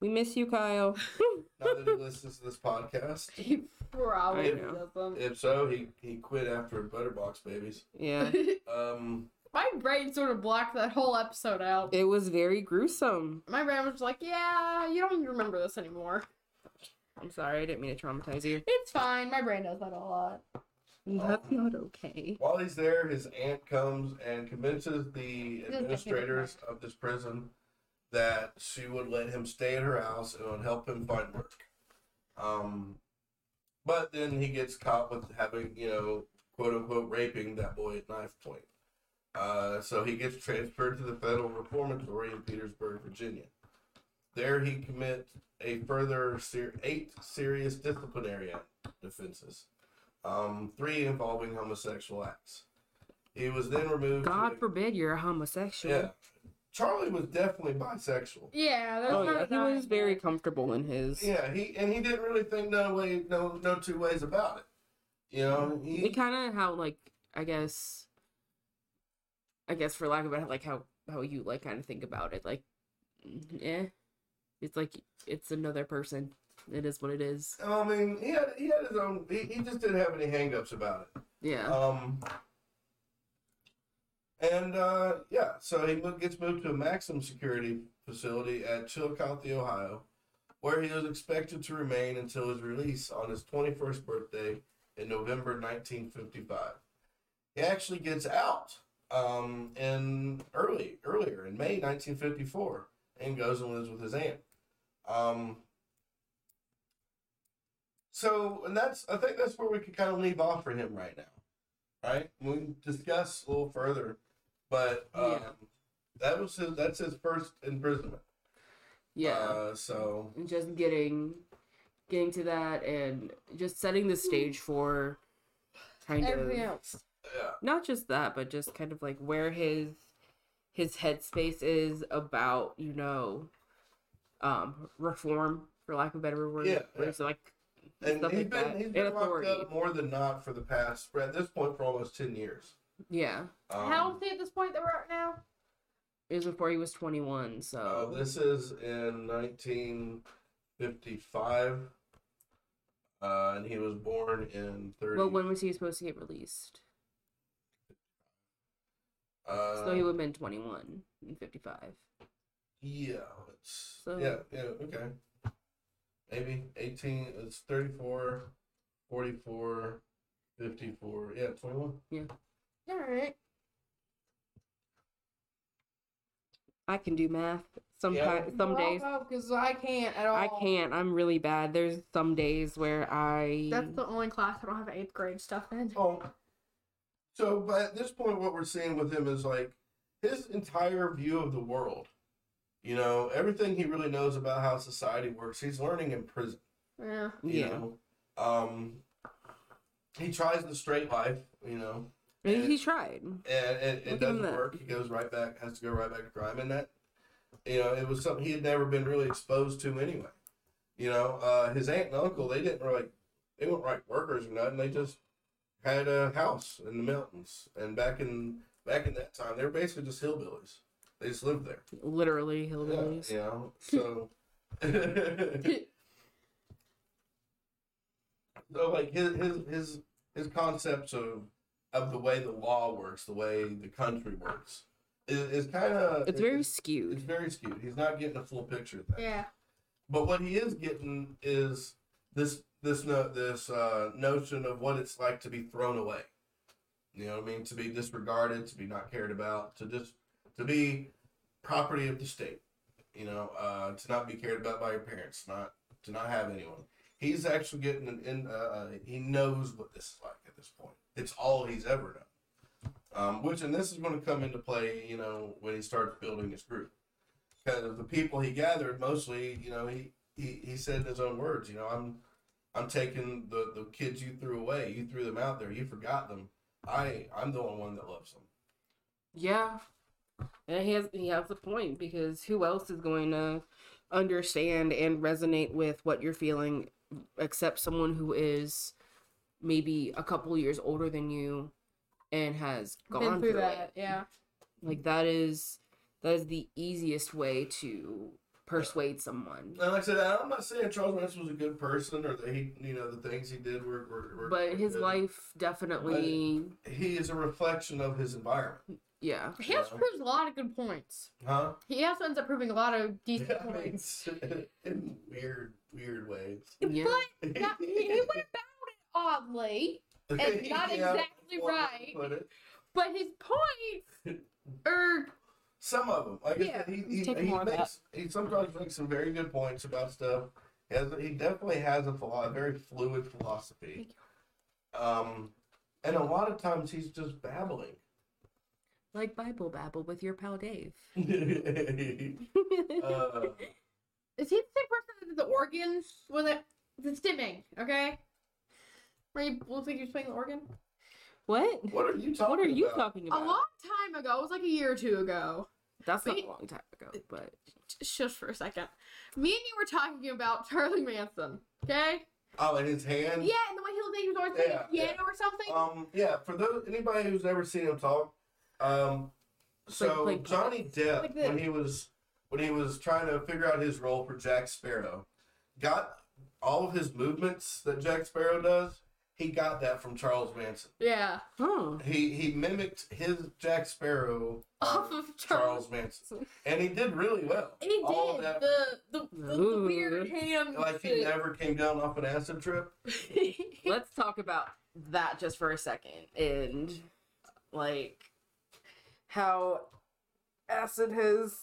[SPEAKER 6] We miss you, Kyle.
[SPEAKER 5] Now that he listens to this podcast,
[SPEAKER 4] he probably
[SPEAKER 6] I know.
[SPEAKER 4] doesn't.
[SPEAKER 5] if so, he he quit after Butterbox Babies.
[SPEAKER 6] yeah.
[SPEAKER 5] Um,
[SPEAKER 4] My brain sort of blocked that whole episode out.
[SPEAKER 6] It was very gruesome.
[SPEAKER 4] My brain was like, yeah, you don't even remember this anymore.
[SPEAKER 6] I'm sorry, I didn't mean to traumatize you.
[SPEAKER 4] It's fine. My brain does that a lot.
[SPEAKER 6] That's not okay.
[SPEAKER 5] While he's there, his aunt comes and convinces the administrators of this prison that she would let him stay at her house and would help him find work. Um, but then he gets caught with having, you know, quote unquote, raping that boy at knife point. Uh, so he gets transferred to the federal reformatory in Petersburg, Virginia. There he commits a further ser- eight serious disciplinary offenses um, three involving homosexual acts. He was then removed. to
[SPEAKER 6] God
[SPEAKER 5] a-
[SPEAKER 6] forbid you're a homosexual.
[SPEAKER 5] Yeah, Charlie was definitely bisexual.
[SPEAKER 4] Yeah, that's
[SPEAKER 6] Oh,
[SPEAKER 4] not
[SPEAKER 6] yeah.
[SPEAKER 4] a
[SPEAKER 6] He was
[SPEAKER 4] dying
[SPEAKER 6] very
[SPEAKER 4] word.
[SPEAKER 6] comfortable in his.
[SPEAKER 5] Yeah, he and he didn't really think no way, no, no two ways about it. You know, he,
[SPEAKER 6] it kind of how like I guess, I guess for lack of it, like how how you like kind of think about it, like, eh, it's like it's another person. It is what it is.
[SPEAKER 5] I mean, he had he had his own. He, he just didn't have any hangups about it.
[SPEAKER 6] Yeah,
[SPEAKER 5] Um, and uh, yeah, so he mo- gets moved to a maximum security facility at Chillicothe, Ohio, where he was expected to remain until his release on his 21st birthday in November 1955. He actually gets out um, in early earlier in May 1954 and goes and lives with his aunt. Um, so, and that's I think that's where we could kind of leave off for him right now, right? We can discuss a little further, but um,
[SPEAKER 6] Yeah.
[SPEAKER 5] that was his, that's his first imprisonment.
[SPEAKER 6] yeah.
[SPEAKER 5] Uh, so
[SPEAKER 6] and just getting, getting to that, and just setting the stage for, kind of
[SPEAKER 4] Everything else.
[SPEAKER 5] yeah,
[SPEAKER 6] not just that, but just kind of like where his his headspace is about, you know, um, reform for lack of a better word.
[SPEAKER 5] Yeah,
[SPEAKER 6] where
[SPEAKER 5] yeah.
[SPEAKER 6] it's like
[SPEAKER 5] and
[SPEAKER 6] stuff
[SPEAKER 5] he's
[SPEAKER 6] like that.
[SPEAKER 5] been he's
[SPEAKER 6] and
[SPEAKER 5] been locked
[SPEAKER 6] authority.
[SPEAKER 5] up more than not for the past at this point for almost ten years.
[SPEAKER 6] Yeah.
[SPEAKER 5] Um,
[SPEAKER 4] How old is he at this point that we're at now?
[SPEAKER 6] It was before he was twenty one,
[SPEAKER 5] Uh,
[SPEAKER 6] so
[SPEAKER 5] this is in 1955, uh, and he was born in 30.
[SPEAKER 6] well when was he supposed to get released?
[SPEAKER 5] uh,
[SPEAKER 6] so he would have been twenty one and fifty five.
[SPEAKER 5] Yeah, it's,
[SPEAKER 6] So-
[SPEAKER 5] yeah, yeah, okay. Maybe 18, it's 34, 44, 54, yeah, 21.
[SPEAKER 4] All right.
[SPEAKER 6] I can do math. Sometimes some days
[SPEAKER 4] because I can't at all.
[SPEAKER 6] I can't. I'm really bad. There's some days where I
[SPEAKER 4] That's the only class I don't have eighth grade stuff in.
[SPEAKER 5] Oh. So, but at this point, what we're seeing with him is like his entire view of the world. You know, everything he really knows about how society works, he's learning in prison.
[SPEAKER 4] Yeah.
[SPEAKER 5] You
[SPEAKER 6] Yeah.
[SPEAKER 5] Know? Um, he tries the straight life, you know,
[SPEAKER 6] And he tried.
[SPEAKER 5] and it, it
[SPEAKER 6] Look at him
[SPEAKER 5] doesn't
[SPEAKER 6] there.
[SPEAKER 5] work. He goes right back, has to go right back to crime, and that, you know, it was something he had never been really exposed to anyway. You know, uh, his aunt and uncle they didn't really they weren't like workers or nothing. They just had a house in the mountains. And back in back in that time, they were basically just hillbillies. They just lived there.
[SPEAKER 6] Literally
[SPEAKER 5] Yeah,
[SPEAKER 6] hillbillies.
[SPEAKER 5] you know, so. so like his his his his concepts of of the way the law works, the way the country works, is, is kind of
[SPEAKER 6] It's very
[SPEAKER 5] it's
[SPEAKER 6] skewed.
[SPEAKER 5] very skewed. He's not getting a full picture of that.
[SPEAKER 4] Yeah.
[SPEAKER 5] But what he is getting is this this no, this uh, notion of what it's like to be thrown away. You know what I mean? To be disregarded, to be not cared about, to just to be property of the state. You know, uh, to not be cared about by your parents, not to not have anyone. He's actually getting an in. Uh, uh, he knows what this is like at this point. It's all he's ever known. Um, which and this is going to come into play, you know, when he starts building his group because the people he gathered mostly, you know, he, he, he said in his own words, you know, I'm I'm taking the, the kids you threw away, you threw them out there, you forgot them. I I'm the only one that loves them.
[SPEAKER 6] Yeah. And he has he has a point because who else is going to understand and resonate with what you're feeling except someone who is maybe a couple years older than you and has gone
[SPEAKER 4] Been through,
[SPEAKER 6] it.
[SPEAKER 4] that. Yeah.
[SPEAKER 6] Like that is that is the easiest way to persuade someone.
[SPEAKER 5] And like I said, I'm not saying Charles Manson was a good person or that he you know the things he did were, were, were
[SPEAKER 6] But
[SPEAKER 5] were
[SPEAKER 6] his
[SPEAKER 5] good.
[SPEAKER 6] life definitely
[SPEAKER 5] he is a reflection of his environment.
[SPEAKER 6] yeah.
[SPEAKER 4] He also
[SPEAKER 5] Yeah.
[SPEAKER 4] proves a lot of good points.
[SPEAKER 5] Huh?
[SPEAKER 4] He also ends up proving a lot of decent
[SPEAKER 5] Yeah, I mean,
[SPEAKER 4] points.
[SPEAKER 5] it's- in weird weird ways.
[SPEAKER 6] Yeah.
[SPEAKER 4] But not, he went about it oddly, and not
[SPEAKER 5] Yeah,
[SPEAKER 4] exactly
[SPEAKER 5] well,
[SPEAKER 4] right.
[SPEAKER 5] put it.
[SPEAKER 4] But his points are
[SPEAKER 5] Some of them, like
[SPEAKER 4] Yeah,
[SPEAKER 5] I said, he, he,
[SPEAKER 6] take
[SPEAKER 5] he
[SPEAKER 6] more of that.
[SPEAKER 5] makes he sometimes makes some very good points about stuff. He, has, he definitely has a, philo- a very fluid philosophy, um, and a lot of times he's just babbling.
[SPEAKER 6] Like Bible babble with your pal Dave.
[SPEAKER 5] uh,
[SPEAKER 4] Is he the same person that did the organs when it the stimming? Okay. Where he looks like he was playing the organ
[SPEAKER 6] What?
[SPEAKER 5] what are you talking?
[SPEAKER 6] What are you
[SPEAKER 5] about?
[SPEAKER 6] talking
[SPEAKER 4] a
[SPEAKER 6] about?
[SPEAKER 4] long time ago. It was like a year or two ago.
[SPEAKER 6] That's not
[SPEAKER 4] Wait.
[SPEAKER 6] a long time ago, but
[SPEAKER 4] Just shush for a second. Me and you were talking about Charlie Manson. Okay.
[SPEAKER 5] Oh, and his hand.
[SPEAKER 4] Yeah, and the way he looked like he was always playing
[SPEAKER 5] Yeah,
[SPEAKER 4] the piano
[SPEAKER 5] yeah.
[SPEAKER 4] or something.
[SPEAKER 5] Um. Yeah. For those anybody who's ever seen him talk, um. So
[SPEAKER 6] like
[SPEAKER 5] Johnny Depp,
[SPEAKER 4] Like this.
[SPEAKER 5] when he was when he was trying to figure out his role for Jack Sparrow, got all of his movements that Jack Sparrow does. He got that from Charles Manson.
[SPEAKER 4] yeah.
[SPEAKER 6] huh.
[SPEAKER 5] He he mimicked his Jack Sparrow
[SPEAKER 4] Off
[SPEAKER 5] off
[SPEAKER 4] of Charles.
[SPEAKER 5] Charles Manson, and he did really well.
[SPEAKER 4] He did
[SPEAKER 5] All of that-
[SPEAKER 4] the, the, the, the
[SPEAKER 6] Ooh.
[SPEAKER 4] weird hand.
[SPEAKER 5] like he
[SPEAKER 4] shit.
[SPEAKER 5] never came down off an acid trip.
[SPEAKER 6] Let's talk about that just for a second and like how acid has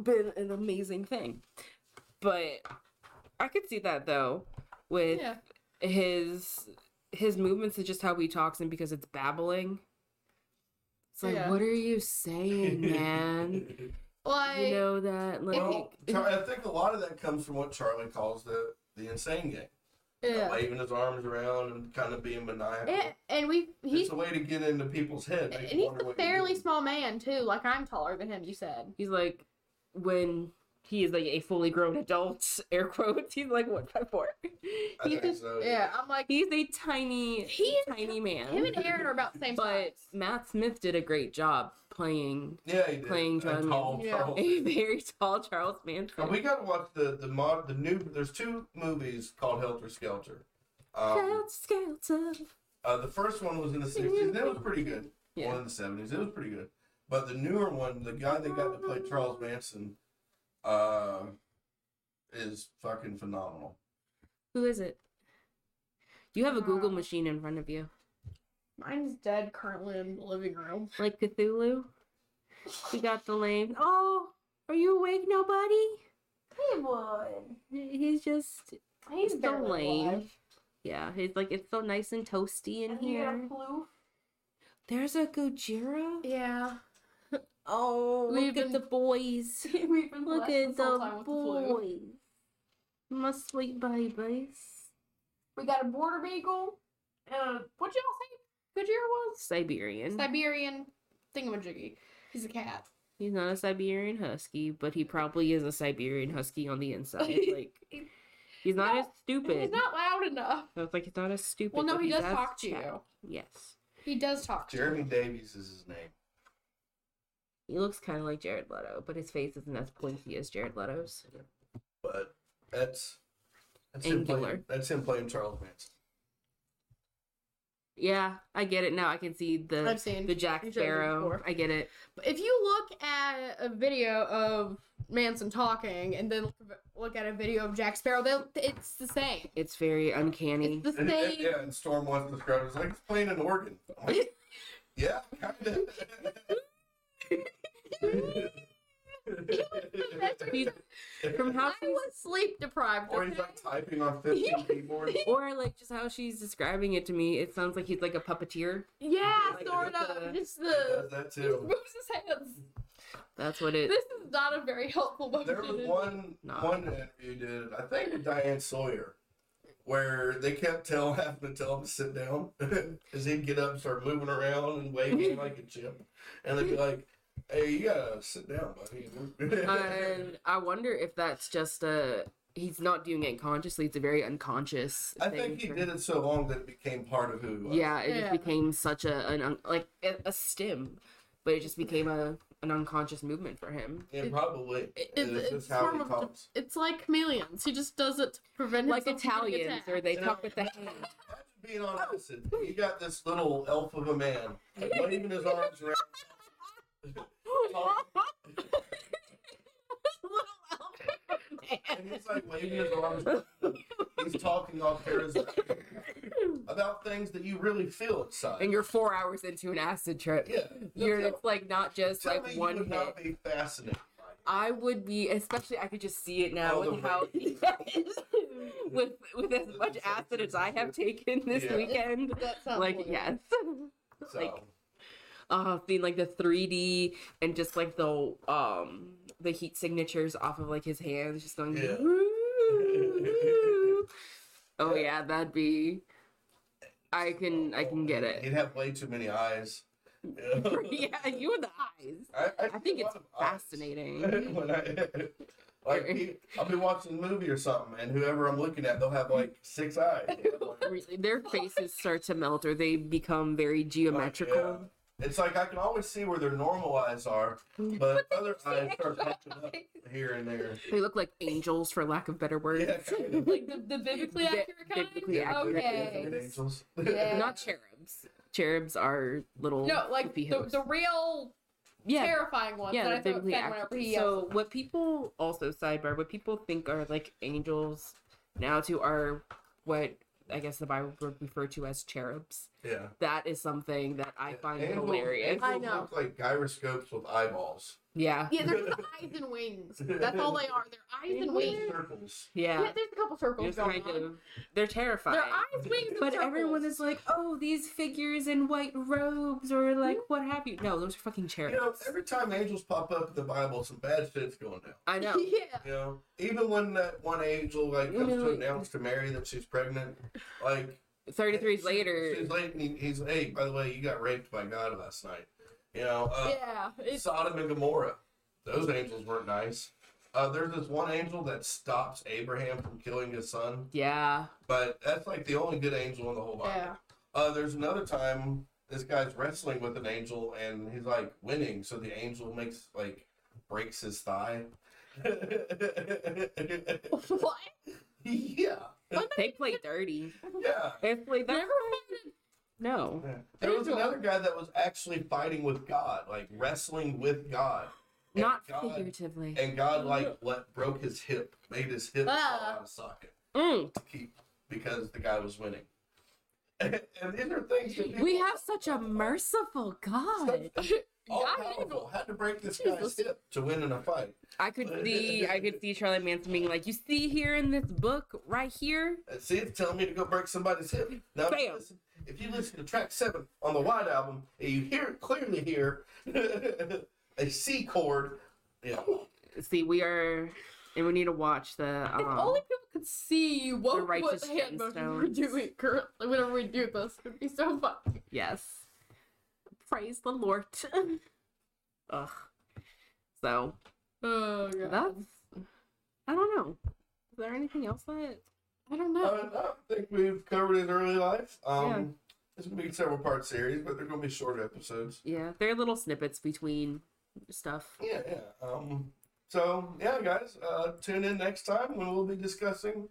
[SPEAKER 6] been an amazing thing. But I could see that though with
[SPEAKER 4] yeah.
[SPEAKER 6] his his movements and just how he talks and because it's babbling. It's like,
[SPEAKER 4] Yeah.
[SPEAKER 6] what are you saying, man?
[SPEAKER 4] Like
[SPEAKER 6] you know that like
[SPEAKER 5] Well, Char- I think a lot of that comes from what Charlie calls the the insane gang.
[SPEAKER 4] yeah.
[SPEAKER 5] waving his arms around and kind of being maniacal.
[SPEAKER 4] And, and we he's
[SPEAKER 5] it's a way to get into people's head.
[SPEAKER 4] and he's a fairly small man too. Like I'm taller than him. You said.
[SPEAKER 6] He's like, when he is like a fully grown adult, air quotes, he's like what five four.
[SPEAKER 5] I
[SPEAKER 4] He's
[SPEAKER 5] think
[SPEAKER 4] just,
[SPEAKER 5] so,
[SPEAKER 4] yeah. I'm like
[SPEAKER 6] He's a tiny,
[SPEAKER 4] He's-
[SPEAKER 6] tiny
[SPEAKER 4] him
[SPEAKER 6] man.
[SPEAKER 4] and Aaron are about the same
[SPEAKER 6] But
[SPEAKER 4] size.
[SPEAKER 6] Matt Smith did a great job playing
[SPEAKER 5] Yeah, he did.
[SPEAKER 6] Playing
[SPEAKER 5] A
[SPEAKER 6] John
[SPEAKER 5] tall
[SPEAKER 4] Yeah.
[SPEAKER 5] Charles.
[SPEAKER 6] a very tall Charles
[SPEAKER 5] And
[SPEAKER 6] Manson.
[SPEAKER 5] Oh. we gotta watch the the mod the new. There's two movies called Helter Skelter. Um,
[SPEAKER 6] Helter Skelter.
[SPEAKER 5] uh, the first one was in the '60s. That was pretty good. One
[SPEAKER 6] Yeah.
[SPEAKER 5] in the '70s. It was pretty good. But the newer one, the guy that got to play Charles Manson, uh, is fucking phenomenal.
[SPEAKER 6] Who is it? You have a Google
[SPEAKER 4] Uh,
[SPEAKER 6] machine in front of you,
[SPEAKER 4] Mine's dead currently in the living room.
[SPEAKER 6] like Cthulhu. We got the lame. Oh, are you awake, nobody?
[SPEAKER 4] He would.
[SPEAKER 6] He's just
[SPEAKER 4] He's
[SPEAKER 6] It's so
[SPEAKER 4] barely
[SPEAKER 6] lame.
[SPEAKER 4] alive.
[SPEAKER 6] Yeah, it's like it's so nice and toasty in
[SPEAKER 4] And he got a
[SPEAKER 6] here.
[SPEAKER 4] flu.
[SPEAKER 6] There's a Gojira.
[SPEAKER 4] Yeah.
[SPEAKER 6] Oh,
[SPEAKER 4] We've
[SPEAKER 6] look at
[SPEAKER 4] been-
[SPEAKER 6] the boys.
[SPEAKER 4] We've been
[SPEAKER 6] Look
[SPEAKER 4] blessed
[SPEAKER 6] at
[SPEAKER 4] this whole time
[SPEAKER 6] the
[SPEAKER 4] with the flu.
[SPEAKER 6] boys. My sweet babies.
[SPEAKER 4] We got a border beagle. Uh, what y'all think Gojira was?
[SPEAKER 6] Siberian.
[SPEAKER 4] Siberian thingamajiggy. He's a cat.
[SPEAKER 6] He's not a Siberian husky, but he probably is a Siberian husky on the inside. Like He's not
[SPEAKER 4] No,
[SPEAKER 6] as stupid.
[SPEAKER 4] He's not loud enough.
[SPEAKER 6] I was like, he's not as stupid.
[SPEAKER 4] Well, no,
[SPEAKER 6] but
[SPEAKER 4] he
[SPEAKER 6] he's
[SPEAKER 4] does
[SPEAKER 6] as
[SPEAKER 4] talk to
[SPEAKER 6] chat-
[SPEAKER 4] you.
[SPEAKER 6] Yes.
[SPEAKER 4] He does talk to
[SPEAKER 5] Jeremy Davies is his name.
[SPEAKER 6] He looks kind of like Jared Leto, but his face isn't as blinky as Jared Leto's.
[SPEAKER 5] But that's that's him
[SPEAKER 6] Angular.
[SPEAKER 5] playing, that's him playing Charles Manson.
[SPEAKER 6] Yeah, I get it now. I can see
[SPEAKER 4] you.
[SPEAKER 6] the
[SPEAKER 4] I've seen
[SPEAKER 6] the Jack
[SPEAKER 4] You've shown me
[SPEAKER 6] Sparrow.
[SPEAKER 4] before.
[SPEAKER 6] I get it.
[SPEAKER 4] If you look at a video of Manson talking and then look at a video of Jack Sparrow, they- it's the same.
[SPEAKER 6] It's very uncanny.
[SPEAKER 4] It's the
[SPEAKER 5] And, and-
[SPEAKER 4] same.
[SPEAKER 5] yeah, and Storm wants to describe it. It's like it's playing an organ. I'm like, yeah, kinda.
[SPEAKER 6] He's from how
[SPEAKER 4] I
[SPEAKER 6] she's
[SPEAKER 4] was sleep deprived.
[SPEAKER 5] or he's
[SPEAKER 4] Okay?
[SPEAKER 5] like typing on 15 keyboards.
[SPEAKER 6] or like just how she's describing it to me, it sounds like he's like a puppeteer.
[SPEAKER 4] Yeah,
[SPEAKER 6] like
[SPEAKER 4] sort
[SPEAKER 6] the-
[SPEAKER 4] of. Just
[SPEAKER 5] He
[SPEAKER 4] the
[SPEAKER 5] does that
[SPEAKER 4] he just
[SPEAKER 5] too.
[SPEAKER 4] moves his hands.
[SPEAKER 6] That's what it.
[SPEAKER 4] This is not a very helpful motion.
[SPEAKER 5] There was one
[SPEAKER 6] No.
[SPEAKER 5] one interview did, I think with Diane Sawyer, where they kept telling having to tell him to sit down because he'd get up and start moving around and waving like a chimp. And they'd be like, Hey, you gotta sit down, buddy.
[SPEAKER 4] Uh,
[SPEAKER 6] And um, I wonder if that's just a he's not doing it consciously. It's a very unconscious.
[SPEAKER 5] I
[SPEAKER 6] thing
[SPEAKER 5] think he
[SPEAKER 6] for
[SPEAKER 5] did
[SPEAKER 6] him.
[SPEAKER 5] it so long that it became part of who he was.
[SPEAKER 6] Yeah, it
[SPEAKER 4] Yeah.
[SPEAKER 6] just became such a an un, like a, a stim, but it just became a an unconscious movement for him.
[SPEAKER 5] Yeah,
[SPEAKER 4] It-
[SPEAKER 5] probably.
[SPEAKER 4] it-
[SPEAKER 5] It's,
[SPEAKER 4] it's-
[SPEAKER 5] just
[SPEAKER 4] it's
[SPEAKER 5] how
[SPEAKER 4] form
[SPEAKER 5] he
[SPEAKER 4] of the-
[SPEAKER 5] talks.
[SPEAKER 4] It's like chameleons. He just does it to prevent
[SPEAKER 6] Like
[SPEAKER 4] himself from getting
[SPEAKER 6] Italians, or
[SPEAKER 4] attacked.
[SPEAKER 6] they
[SPEAKER 5] Yeah.
[SPEAKER 6] talk with the hand.
[SPEAKER 5] Imagine being on acid. and You got this little elf of a man like, waving his arms around. And he's like waving his arms. around. He's talking all charismatic about things that you really feel inside.
[SPEAKER 6] And you're four hours into an acid trip.
[SPEAKER 5] yeah. No,
[SPEAKER 6] You're
[SPEAKER 5] no.
[SPEAKER 6] it's like not just
[SPEAKER 5] Tell me
[SPEAKER 6] like
[SPEAKER 5] you
[SPEAKER 6] one
[SPEAKER 5] would
[SPEAKER 6] hit.
[SPEAKER 5] not be fascinated. by it.
[SPEAKER 6] I would be, especially I could just see it now
[SPEAKER 5] All the
[SPEAKER 6] with how with with as
[SPEAKER 5] The
[SPEAKER 6] much acid as I have taken this
[SPEAKER 5] Yeah.
[SPEAKER 6] weekend.
[SPEAKER 4] That sounds
[SPEAKER 6] Like
[SPEAKER 4] weird.
[SPEAKER 6] yes,
[SPEAKER 5] So,
[SPEAKER 6] like- uh, seeing like the three D and just like the um the heat signatures off of like his hands, just going.
[SPEAKER 5] Yeah.
[SPEAKER 6] "Woo." oh
[SPEAKER 5] Yeah.
[SPEAKER 6] yeah, that'd be. I can I can get it.
[SPEAKER 5] He'd have way too many eyes. Yeah.
[SPEAKER 6] yeah, you and the eyes.
[SPEAKER 5] I,
[SPEAKER 6] I think
[SPEAKER 5] see a lot
[SPEAKER 6] it's
[SPEAKER 5] of eyes.
[SPEAKER 6] fascinating.
[SPEAKER 5] when I, like pe- I'll be watching a movie or something, and whoever I'm looking at, they'll have like six eyes.
[SPEAKER 6] Really, Their
[SPEAKER 4] Oh
[SPEAKER 6] faces start to melt or they become
[SPEAKER 5] Oh,
[SPEAKER 6] very geometrical.
[SPEAKER 5] It's like I can always see where their normal eyes are, but other eyes start popping up
[SPEAKER 4] eyes.
[SPEAKER 5] here and there.
[SPEAKER 6] They look like angels, for lack of better words.
[SPEAKER 5] Yeah, kind of.
[SPEAKER 4] Like the, the biblically
[SPEAKER 6] Bi-
[SPEAKER 4] accurate kind.
[SPEAKER 6] biblically accurate,
[SPEAKER 5] Yeah, they're
[SPEAKER 4] Okay.
[SPEAKER 5] angels.
[SPEAKER 4] Yeah.
[SPEAKER 6] Not cherubs. Cherubs are little.
[SPEAKER 4] No, like
[SPEAKER 6] poopy
[SPEAKER 4] the,
[SPEAKER 6] hooves.
[SPEAKER 4] the real
[SPEAKER 6] yeah,
[SPEAKER 4] terrifying ones
[SPEAKER 6] yeah,
[SPEAKER 4] that
[SPEAKER 6] the
[SPEAKER 4] I thought
[SPEAKER 6] biblically
[SPEAKER 4] Fenn
[SPEAKER 6] accurate.
[SPEAKER 4] whenever he
[SPEAKER 6] so
[SPEAKER 4] yells.
[SPEAKER 6] what people also sidebar, what people think are like angels now too are what I guess the Bible would refer to as cherubs.
[SPEAKER 5] yeah.
[SPEAKER 6] That is something that I find
[SPEAKER 5] Angels-
[SPEAKER 6] hilarious.
[SPEAKER 5] angels
[SPEAKER 4] I know.
[SPEAKER 5] Look like gyroscopes with eyeballs.
[SPEAKER 6] yeah,
[SPEAKER 4] Yeah, they're just eyes and wings. That's all they are. They're eyes and wings.
[SPEAKER 5] Circles.
[SPEAKER 4] Yeah,
[SPEAKER 6] yeah.
[SPEAKER 4] there's a couple circles
[SPEAKER 6] It's
[SPEAKER 4] going
[SPEAKER 6] kind
[SPEAKER 4] on.
[SPEAKER 6] of they're terrifying.
[SPEAKER 4] Their eyes, wings, and
[SPEAKER 6] But
[SPEAKER 4] circles.
[SPEAKER 6] everyone is like, oh, these figures in white robes or like what have you. No, those are fucking
[SPEAKER 5] Mm-hmm. You
[SPEAKER 6] cherubs.
[SPEAKER 5] know, every time angels pop up in the Bible, some bad shit's going down.
[SPEAKER 6] I know.
[SPEAKER 4] Yeah.
[SPEAKER 5] You know, even when that one angel like comes to
[SPEAKER 6] Literally.
[SPEAKER 4] Mm-hmm.
[SPEAKER 5] announce to Mary that she's pregnant, like
[SPEAKER 6] 33
[SPEAKER 5] she-
[SPEAKER 6] later.
[SPEAKER 5] she's late and he- he's hey, by the way, you got raped by God last night. You know, uh,
[SPEAKER 4] Yeah. It's,
[SPEAKER 5] Sodom and Gomorrah, those angels weren't nice. Uh, there's this one angel that stops Abraham from killing his son,
[SPEAKER 6] Yeah.
[SPEAKER 5] but that's like the only good angel in the whole Bible.
[SPEAKER 4] yeah.
[SPEAKER 5] Uh, there's another time this guy's wrestling with an angel and he's like winning, so the angel makes like breaks his thigh.
[SPEAKER 4] What?
[SPEAKER 5] yeah,
[SPEAKER 6] They play dirty.
[SPEAKER 5] yeah.
[SPEAKER 6] They play that.
[SPEAKER 4] Never mind.
[SPEAKER 6] No.
[SPEAKER 5] There was
[SPEAKER 4] Angel.
[SPEAKER 5] another guy that was actually fighting with God, like wrestling with God. And
[SPEAKER 6] Not
[SPEAKER 5] God,
[SPEAKER 6] figuratively.
[SPEAKER 5] and God like let broke his hip, made his hip fall
[SPEAKER 4] Ah.
[SPEAKER 5] out of socket
[SPEAKER 6] Mm.
[SPEAKER 5] to keep because the guy was winning. and these are things that people,
[SPEAKER 6] We have such a merciful God.
[SPEAKER 5] all
[SPEAKER 4] God
[SPEAKER 5] Oh, powerful had to break this
[SPEAKER 4] Jesus.
[SPEAKER 5] guy's hip to win in a fight.
[SPEAKER 6] I could see I could see Charlie Manson being like, you see here in this book right here?
[SPEAKER 5] And see, it's telling me to go break somebody's hip. Now, if you,
[SPEAKER 6] Bam.
[SPEAKER 5] listen, if you listen to track seven on the White album, and you hear clearly here a C chord, yeah,
[SPEAKER 6] See, we are and we need to watch the
[SPEAKER 4] If
[SPEAKER 6] um,
[SPEAKER 5] uh,
[SPEAKER 4] only people could see what, what
[SPEAKER 6] righteous
[SPEAKER 4] the hand motions we're
[SPEAKER 6] gemstones.
[SPEAKER 4] doing currently whenever we do this. It would be so fun.
[SPEAKER 6] Yes. Praise the Lord. Ugh. So
[SPEAKER 4] Oh, God.
[SPEAKER 6] that's I don't know. there anything else that
[SPEAKER 4] I don't know.
[SPEAKER 5] Uh, no, I think we've covered his early life. Um,
[SPEAKER 6] Yeah.
[SPEAKER 5] It's going to be several part series, but they're going to be short episodes.
[SPEAKER 6] Yeah, they're little snippets between stuff.
[SPEAKER 5] Yeah, yeah. Um, so, yeah, guys, uh, tune in next time when we'll be discussing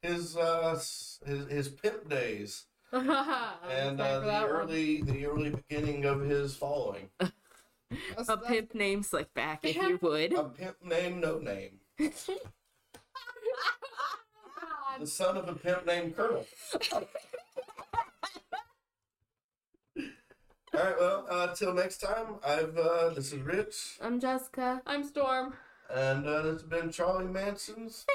[SPEAKER 5] his uh, s- his, his pimp days
[SPEAKER 4] I'm
[SPEAKER 5] and
[SPEAKER 4] excited
[SPEAKER 5] uh,
[SPEAKER 4] for
[SPEAKER 5] the
[SPEAKER 4] that one.
[SPEAKER 5] early the early beginning of his following.
[SPEAKER 4] That's-
[SPEAKER 6] A
[SPEAKER 4] that's-
[SPEAKER 6] pimp name slick back, if you would.
[SPEAKER 5] A pimp named No Name, the son of a pimp named Colonel. All right, well, uh, till next time, I've uh, this is Rich.
[SPEAKER 6] I'm Jessica.
[SPEAKER 4] I'm Storm.
[SPEAKER 5] And uh, this has been Charlie Manson's